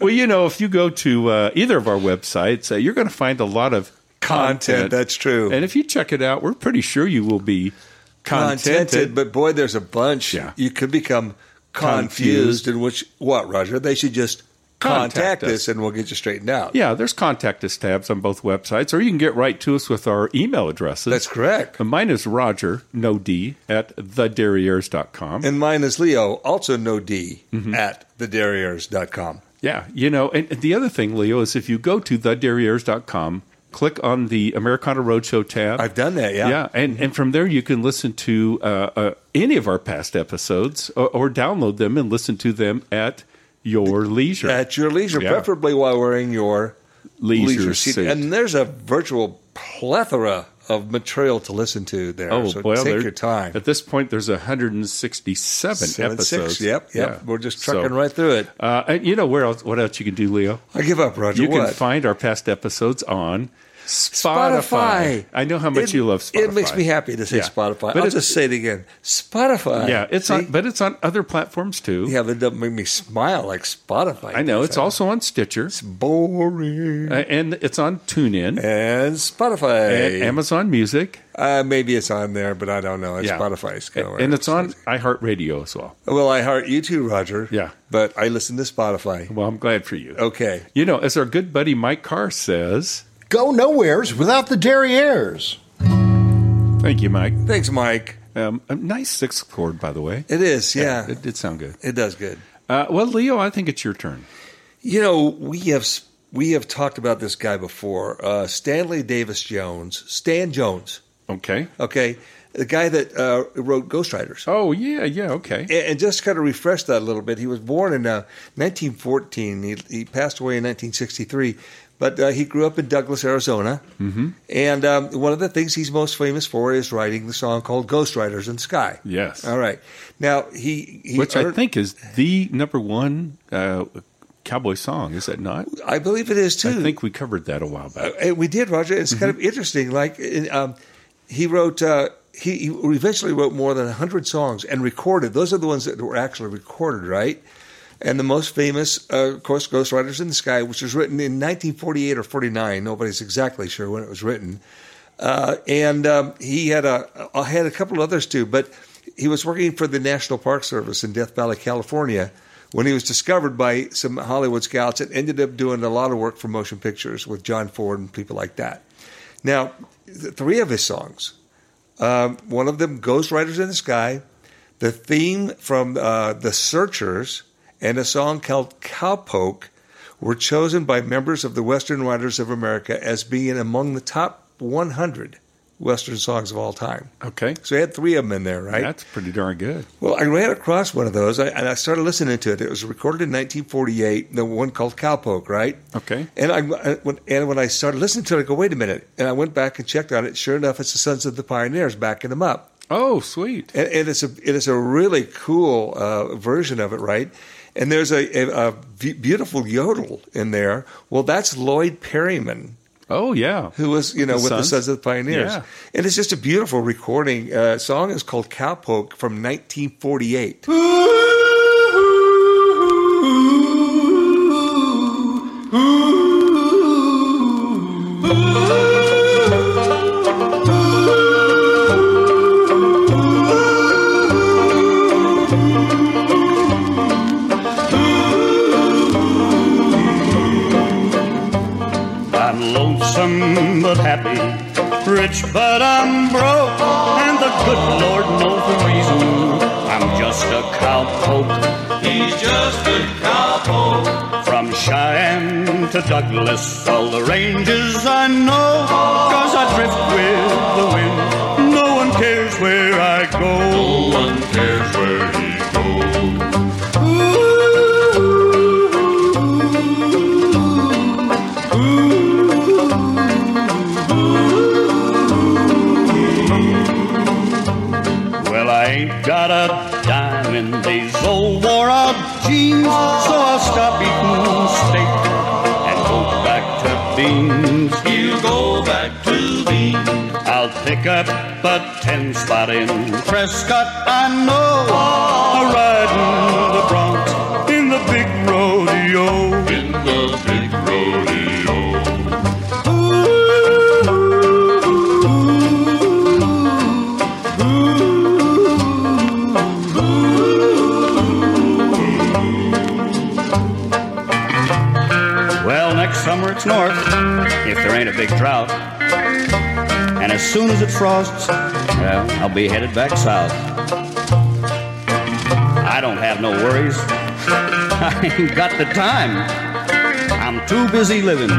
Speaker 2: Well, you know, if you go to uh, either of our websites, uh, you're going to find a lot of
Speaker 3: Content, that's true.
Speaker 2: And if you check it out, we're pretty sure you will be contented.
Speaker 3: But boy, there's a bunch.
Speaker 2: Yeah.
Speaker 3: You could become confused, in which, what, Roger? They should just
Speaker 2: Contact
Speaker 3: contact,
Speaker 2: us.
Speaker 3: us. and we'll get you straightened out.
Speaker 2: yeah, there's contact us tabs on both websites, or you can get right to us with our email addresses.
Speaker 3: That's correct.
Speaker 2: And Mine is Roger, no D, at thederriers.com.
Speaker 3: And mine is Leo, also no D,
Speaker 2: Mm-hmm.
Speaker 3: at thederriers.com.
Speaker 2: Yeah, you know, and and the other thing, Leo, is if you go to thederriers.com, click on the Americana Roadshow tab.
Speaker 3: I've done that, yeah.
Speaker 2: and, and from there you can listen to uh, uh, any of our past episodes or, or download them and listen to them at your leisure.
Speaker 3: At your leisure,
Speaker 2: Yeah.
Speaker 3: preferably while wearing your
Speaker 2: leisure,
Speaker 3: seat.
Speaker 2: suit.
Speaker 3: And there's a virtual plethora of material to listen to there.
Speaker 2: oh,
Speaker 3: so
Speaker 2: well,
Speaker 3: take
Speaker 2: there-
Speaker 3: your time.
Speaker 2: At this point, there's 167
Speaker 3: Seven, six,
Speaker 2: episodes.
Speaker 3: Yep, yep.
Speaker 2: Yeah.
Speaker 3: We're just
Speaker 2: So,
Speaker 3: trucking right through it.
Speaker 2: Uh, and you know where else? What else you can do, Leo?
Speaker 3: I give up, Roger.
Speaker 2: You can
Speaker 3: What?
Speaker 2: find our past episodes on Spotify.
Speaker 3: Spotify.
Speaker 2: I know how much
Speaker 3: It-
Speaker 2: you love Spotify.
Speaker 3: It makes me happy to say
Speaker 2: Yeah.
Speaker 3: Spotify.
Speaker 2: But
Speaker 3: I'll
Speaker 2: it's-
Speaker 3: just say it again. Spotify.
Speaker 2: Yeah, it's
Speaker 3: See?
Speaker 2: on, but it's on other platforms too.
Speaker 3: yeah, but it doesn't make me smile like Spotify.
Speaker 2: I know
Speaker 3: does.
Speaker 2: it's also on Stitcher
Speaker 3: It's boring.
Speaker 2: uh, and it's on TuneIn
Speaker 3: and Spotify.
Speaker 2: and Amazon Music.
Speaker 3: Uh, maybe it's on there, but I don't know. It's
Speaker 2: Yeah.
Speaker 3: Spotify's
Speaker 2: A-
Speaker 3: going.
Speaker 2: and it's on iHeartRadio as well.
Speaker 3: Well, I heart you too, Roger.
Speaker 2: Yeah.
Speaker 3: But I listen to Spotify.
Speaker 2: Well, I'm glad for you.
Speaker 3: Okay.
Speaker 2: You know, as our good buddy Mike Carr says,
Speaker 12: Go nowheres without the derrieres.
Speaker 2: thank you, Mike.
Speaker 3: Thanks, Mike.
Speaker 2: Um, a nice sixth chord, by the way.
Speaker 3: It is, yeah.
Speaker 2: it did sound good.
Speaker 3: It does good.
Speaker 2: Uh, well, Leo, I think it's your turn.
Speaker 3: You know, we have we have talked about this guy before. Uh, Stanley Davis Jones, Stan Jones.
Speaker 2: Okay.
Speaker 3: Okay, the guy that uh, wrote Ghostwriters.
Speaker 2: Oh yeah, yeah. Okay.
Speaker 3: And- And just kind of refresh that a little bit. He was born in uh, 1914. He, he passed away in 1963, but uh, he grew up in Douglas, Arizona. Mm-hmm. And um, one of the things he's most famous for is writing the song called "Ghostwriters in the Sky."
Speaker 2: Yes.
Speaker 3: All right. Now he, he
Speaker 2: Which I
Speaker 3: earned-
Speaker 2: think is the number one uh, cowboy song. Is it not?
Speaker 3: I believe it is too.
Speaker 2: I think we covered that a while back.
Speaker 3: Uh, we did, Roger. It's kind of interesting. Like in, um, he wrote, uh, he, he eventually wrote more than hundred songs and recorded. Those are the ones that were actually recorded, right? And the most famous, uh, of course, Ghostwriters in the Sky, which was written in 1948 or 49. Nobody's exactly sure when it was written. Uh, and um, he had a uh, had a couple others too, but he was working for the National Park Service in Death Valley, California, when he was discovered by some Hollywood scouts and ended up doing a lot of work for motion pictures with John Ford and people like that. Now, th- three of his songs, um, one of them, Ghost Riders in the Sky, the theme from uh, The Searchers, and a song called Cowpoke were chosen by members of the Western Writers of America as being among the top 100 Western songs of all time.
Speaker 2: Okay.
Speaker 3: So he had three of them in there, right?
Speaker 2: That's pretty darn good.
Speaker 3: Well, I ran across one of those I, and I started listening to it. It was recorded in 1948, the one called Cowpoke, right?
Speaker 2: Okay.
Speaker 3: And I I- when, and when I started listening to it, I go, wait a minute. And I went back and checked on it. Sure enough, it's the Sons of the Pioneers backing them up.
Speaker 2: Oh, sweet.
Speaker 3: And, and it's a it is a really cool uh, version of it, right? And there's a, a, a be- beautiful yodel in there. Well, that's Lloyd Perryman.
Speaker 2: Oh yeah,
Speaker 3: who was you know
Speaker 2: The
Speaker 3: with the
Speaker 2: Sons?
Speaker 3: Sons of the Pioneers,
Speaker 2: Yeah.
Speaker 3: and it's just a beautiful recording. Uh, song is called Cowpoke from 1948.
Speaker 13: I'm lonesome but happy, rich but I'm broke, and the good Lord knows the reason. I'm just a cowpoke. He's just a cowpoke. From Cheyenne to Douglas, all the ranges I know, cause I drift with the wind. No one cares where I go. No one cares where he goes. Well, I ain't got a dime in these old wore out jeans, so I'll stop eating steak and go back to beans. You go back to beans. I'll pick up a ten spot in Prescott, I know. A ride in the Bronx in the big rodeo. In the big rodeo. Well, next summer it's north, if there ain't a big drought. And as soon as it frosts, well, I'll be headed back south. I don't have no worries. I ain't got the time. I'm too busy living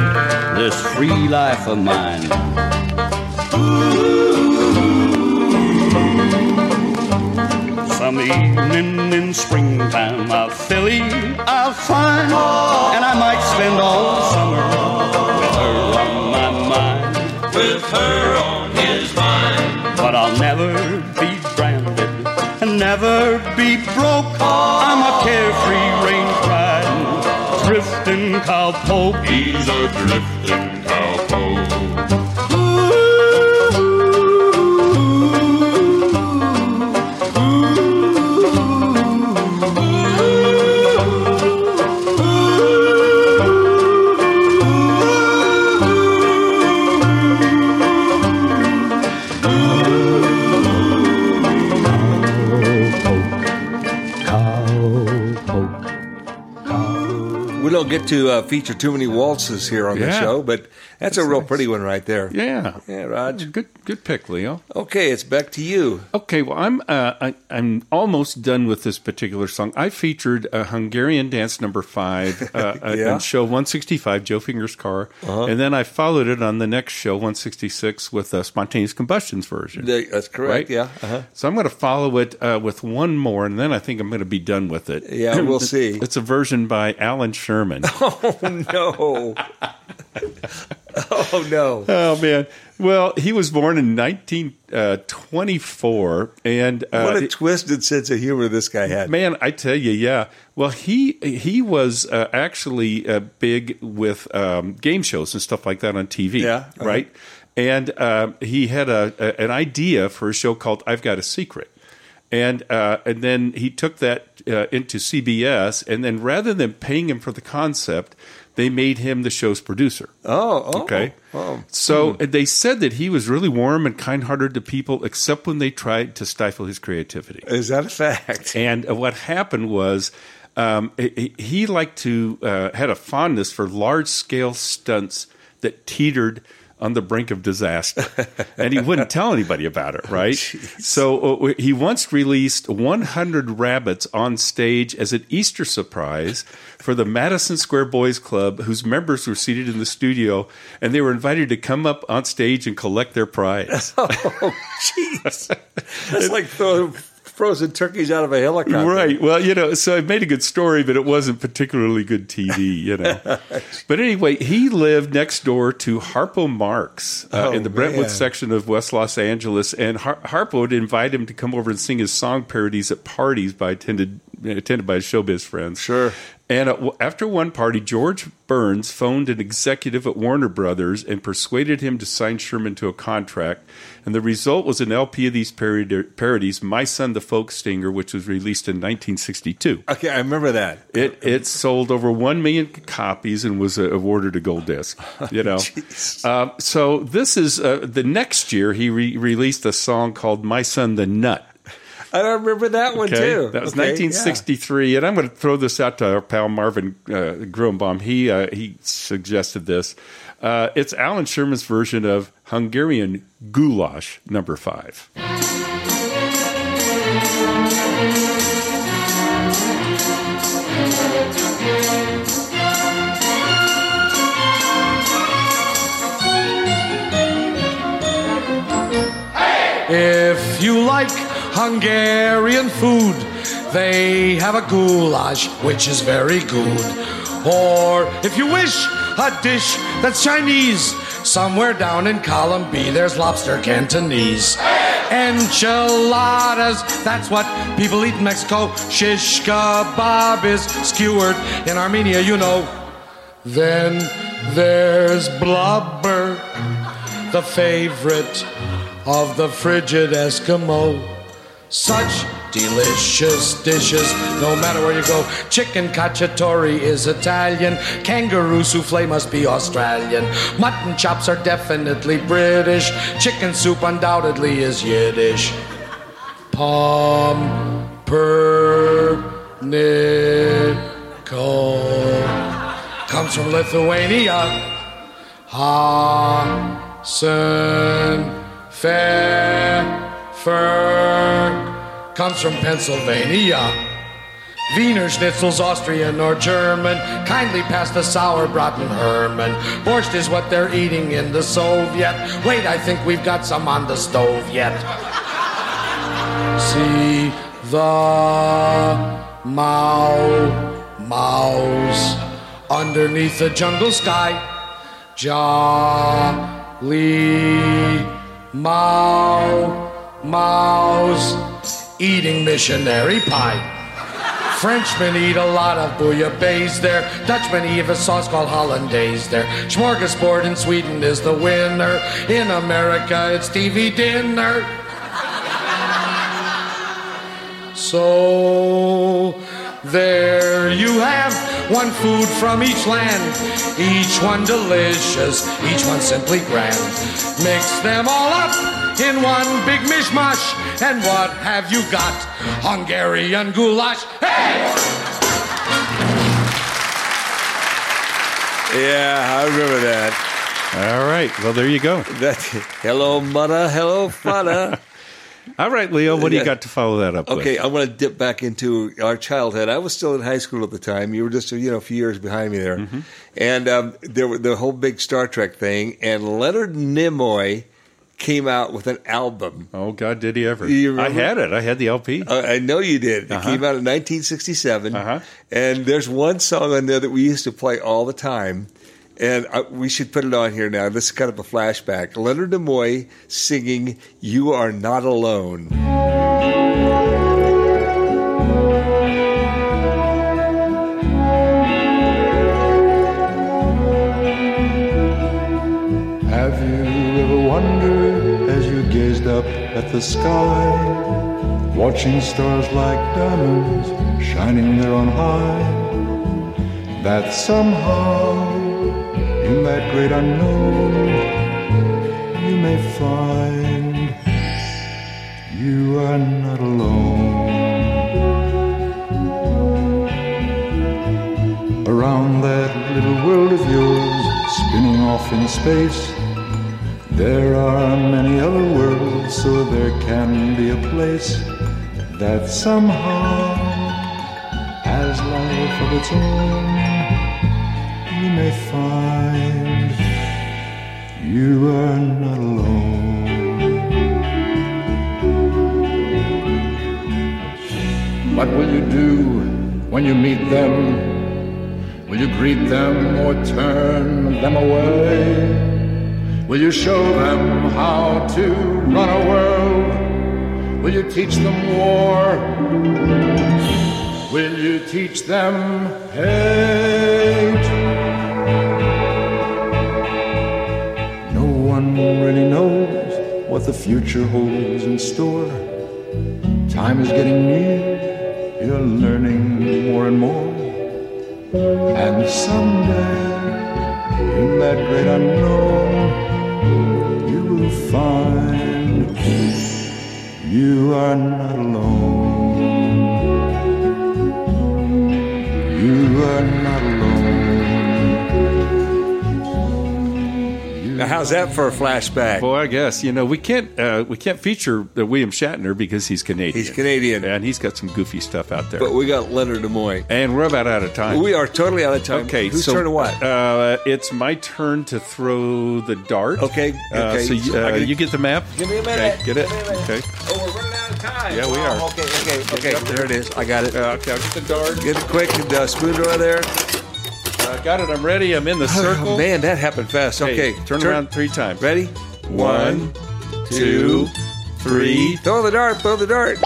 Speaker 13: this free life of mine. Some evening in springtime, a filly I'll find, and I might spend all summer with her on my mind. With her on his mind. But I'll never be branded and never be broke. I'm a carefree, range riding, drifting cowpoke. He's a drifting cowpoke.
Speaker 3: We don't get to uh, feature too many waltzes here on the
Speaker 2: Yeah.
Speaker 3: show, but that's, a real pretty one right there.
Speaker 2: Yeah.
Speaker 3: Yeah, Raj.
Speaker 2: Good good pick, Leo.
Speaker 3: Okay, it's back to you.
Speaker 2: Okay, well I'm uh, I, I'm almost done with this particular song. I featured a Hungarian dance number 5 uh, uh,
Speaker 3: Yeah.
Speaker 2: on show 165 Joe Fingers Car
Speaker 3: Uh-huh.
Speaker 2: and then I followed it on the next show 166 with a spontaneous combustion's version.
Speaker 3: There- That's
Speaker 2: Right?
Speaker 3: correct. Yeah. Uh-huh.
Speaker 2: So I'm going to follow it uh, with one more, and then I think I'm going to be done with it.
Speaker 3: Yeah, we'll see.
Speaker 2: It's a version by Alan Sherman.
Speaker 3: Oh no. oh no.
Speaker 2: oh man. Well, he was born in 1924, and uh,
Speaker 3: What a twisted sense of humor this guy had.
Speaker 2: Man, I tell you, yeah. Well, he he was uh, actually uh, big with um, game shows and stuff like that on TV.
Speaker 3: Yeah, uh-huh.
Speaker 2: right. And uh, he had a, a an idea for a show called "I've Got a Secret," and uh, and then he took that uh, into CBS, and then rather than paying him for the concept, they made him the show's producer.
Speaker 3: Oh, oh.
Speaker 2: Okay.
Speaker 3: Oh.
Speaker 2: So they said that he was really warm and kind hearted to people, except when they tried to stifle his creativity.
Speaker 3: Is that a fact?
Speaker 2: And uh, what happened was um, he, he liked to uh, had a fondness for large scale stunts that teetered on the brink of disaster, and he wouldn't tell anybody about it. Right? so uh, he once released 100 rabbits on stage as an Easter surprise for the Madison Square Boys Club, whose members were seated in the studio, and they were invited to come up on stage and collect their prize.
Speaker 3: Jeez. That's like throwing frozen turkeys out of a helicopter.
Speaker 2: Right. Well, you know, so it made a good story, but it wasn't particularly good TV, you know. but anyway, he lived next door to Harpo Marx uh,
Speaker 3: Oh,
Speaker 2: in the Brentwood
Speaker 3: man.
Speaker 2: section of West Los Angeles, and Har- Harpo would invite him to come over and sing his song parodies at parties by attended attended by his showbiz friends. Sure. And at, after one party, George Burns phoned an executive at Warner Brothers and persuaded him to sign Sherman to a contract. And the result was an LP of these parod- parodies, My Son the Folk Stinger, which was released in 1962.
Speaker 3: Okay, I remember that.
Speaker 2: It it sold over one million copies and was uh, awarded a gold disc. You know, um, so this is uh, the next year he re- released a song called "My Son the Nut."
Speaker 3: I don't remember that one
Speaker 2: Okay?
Speaker 3: too.
Speaker 2: That was
Speaker 3: Okay,
Speaker 2: 1963, and I'm going to throw this out to our pal Marvin uh, Gruenbaum. He uh, he suggested this. Uh, it's Alan Sherman's version of Hungarian Goulash Number Five.
Speaker 14: If you like Hungarian food, they have a goulash, which is very good. Or if you wish a dish that's Chinese, somewhere down in column B, there's lobster Cantonese. Enchiladas, that's what people eat in Mexico. Shish kebab is skewered in Armenia, you know. Then there's blubber, the favorite of the frigid Eskimo. Such delicious dishes, no matter where you go. Chicken cacciatore is Italian. Kangaroo souffle must be Australian. Mutton chops are definitely British. Chicken soup undoubtedly is Yiddish. Pumpernickel comes from Lithuania. Hansen Pfeffer comes from Pennsylvania. Wiener Schnitzel's Austrian or German. Kindly pass the sauerbraten, Herman. Borscht is what they're eating in the Soviet. Wait, I think we've got some on the stove yet. See the Mao Mouse underneath the jungle sky. Jolly Mao Mouse eating missionary pie. Frenchmen eat a lot of bouillabaisse there. Dutchmen eat a sauce called hollandaise there. Smorgasbord in Sweden is the winner. In America, it's TV dinner. So there you have one food from each land, each one delicious, each one simply grand. Mix them all up in one big mishmash, and what have you got? Hungarian goulash. Hey!
Speaker 3: Yeah, I remember that.
Speaker 2: All right. Well, there you go.
Speaker 3: That, hello, mother. Hello, father.
Speaker 2: All right, Leo. What do you got to follow that up with?
Speaker 3: Okay, um, I'm going to dip back into our childhood. I was still in high school at the time. You were just you know a few years behind me there,
Speaker 2: Mm-hmm.
Speaker 3: and um, there were the whole big Star Trek thing. And Leonard Nimoy came out with an album.
Speaker 2: Oh God, did he ever?
Speaker 3: You
Speaker 2: I
Speaker 3: remember?
Speaker 2: had it. I had the Uh-huh. LP.
Speaker 3: Uh, I know you did. It came out in 1967,
Speaker 2: Uh-huh.
Speaker 3: and there's one song on there that we used to play all the time, and I, we should put it on here now. This is kind of a flashback. Leonard Nimoy singing "You Are Not Alone."
Speaker 15: Have you ever wondered as you gazed up at the sky, watching stars like diamonds shining there on high, that somehow in that great unknown you may find you are not alone? face. There are many other worlds, so there can be a place that somehow has life of its own. You may find you are not alone.
Speaker 16: What will you do when you meet them? Will you greet them or turn them away? Will you show them how to run a world? Will you teach them war? Will you teach them hate?
Speaker 15: No one really knows what the future holds in store. Time is getting near, you're learning more and more. And someday, in that great unknown, you will find you are not alone. You are not alone.
Speaker 3: You now, how's that for a flashback?
Speaker 2: Well, I guess you know we can't uh, we can't feature uh, William Shatner because he's Canadian.
Speaker 3: He's Canadian,
Speaker 2: and he's got some goofy stuff out there.
Speaker 3: But we got Leonard Nimoy,
Speaker 2: and we're about out of time.
Speaker 3: We are totally out of time.
Speaker 2: Okay,
Speaker 3: whose
Speaker 2: so,
Speaker 3: turn to what?
Speaker 2: Uh, it's my turn to throw the dart. Uh,
Speaker 3: Okay, okay.
Speaker 2: so you,
Speaker 3: I gotta-
Speaker 2: you get the map.
Speaker 3: Give me a minute.
Speaker 2: Okay, get it.
Speaker 3: Give me a minute.
Speaker 2: Okay.
Speaker 3: Oh, we're running out of time.
Speaker 2: Yeah, we
Speaker 3: Wow,
Speaker 2: are.
Speaker 3: Okay, okay, okay. There it is. I got it.
Speaker 2: Uh, okay, I'll get the dart.
Speaker 3: Get it quick. And, uh, spoon drawer there. Oh,
Speaker 2: Uh, got it. I'm ready. I'm in the circle.
Speaker 3: man, that happened fast. Okay,
Speaker 2: turn, around three times.
Speaker 3: Ready?
Speaker 2: One, two, three.
Speaker 3: Throw the dart. Throw the dart.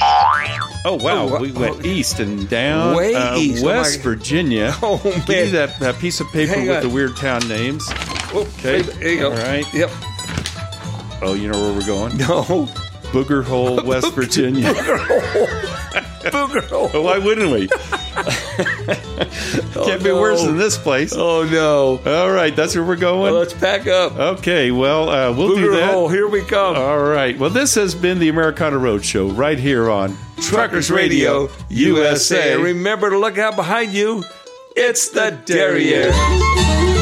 Speaker 2: Oh wow,
Speaker 3: Oh, wha-
Speaker 2: we went east and down
Speaker 3: Way
Speaker 2: uh,
Speaker 3: east. Oh,
Speaker 2: West
Speaker 3: my-
Speaker 2: Virginia.
Speaker 3: Oh,
Speaker 2: Give
Speaker 3: man.
Speaker 2: me that, that piece of paper
Speaker 3: Hang
Speaker 2: with
Speaker 3: on.
Speaker 2: the weird town names.
Speaker 3: Oh,
Speaker 2: Okay,
Speaker 3: there you go.
Speaker 2: All right.
Speaker 3: Yep.
Speaker 2: Oh, you know where we're going?
Speaker 3: No.
Speaker 2: Booger Hole, West Virginia.
Speaker 3: Booger hole. Oh,
Speaker 2: Why wouldn't we? Can't be
Speaker 3: no.
Speaker 2: worse than this place.
Speaker 3: Oh no.
Speaker 2: All right, that's where we're going.
Speaker 3: Well, let's pack up.
Speaker 2: Okay, well, uh, we'll do
Speaker 3: Booger
Speaker 2: that.
Speaker 3: hole. Here we come.
Speaker 2: All right. Well, this has been the Americana Roadshow right here on Truckers Radio USA.
Speaker 3: Remember to look out behind you. It's the Derriere.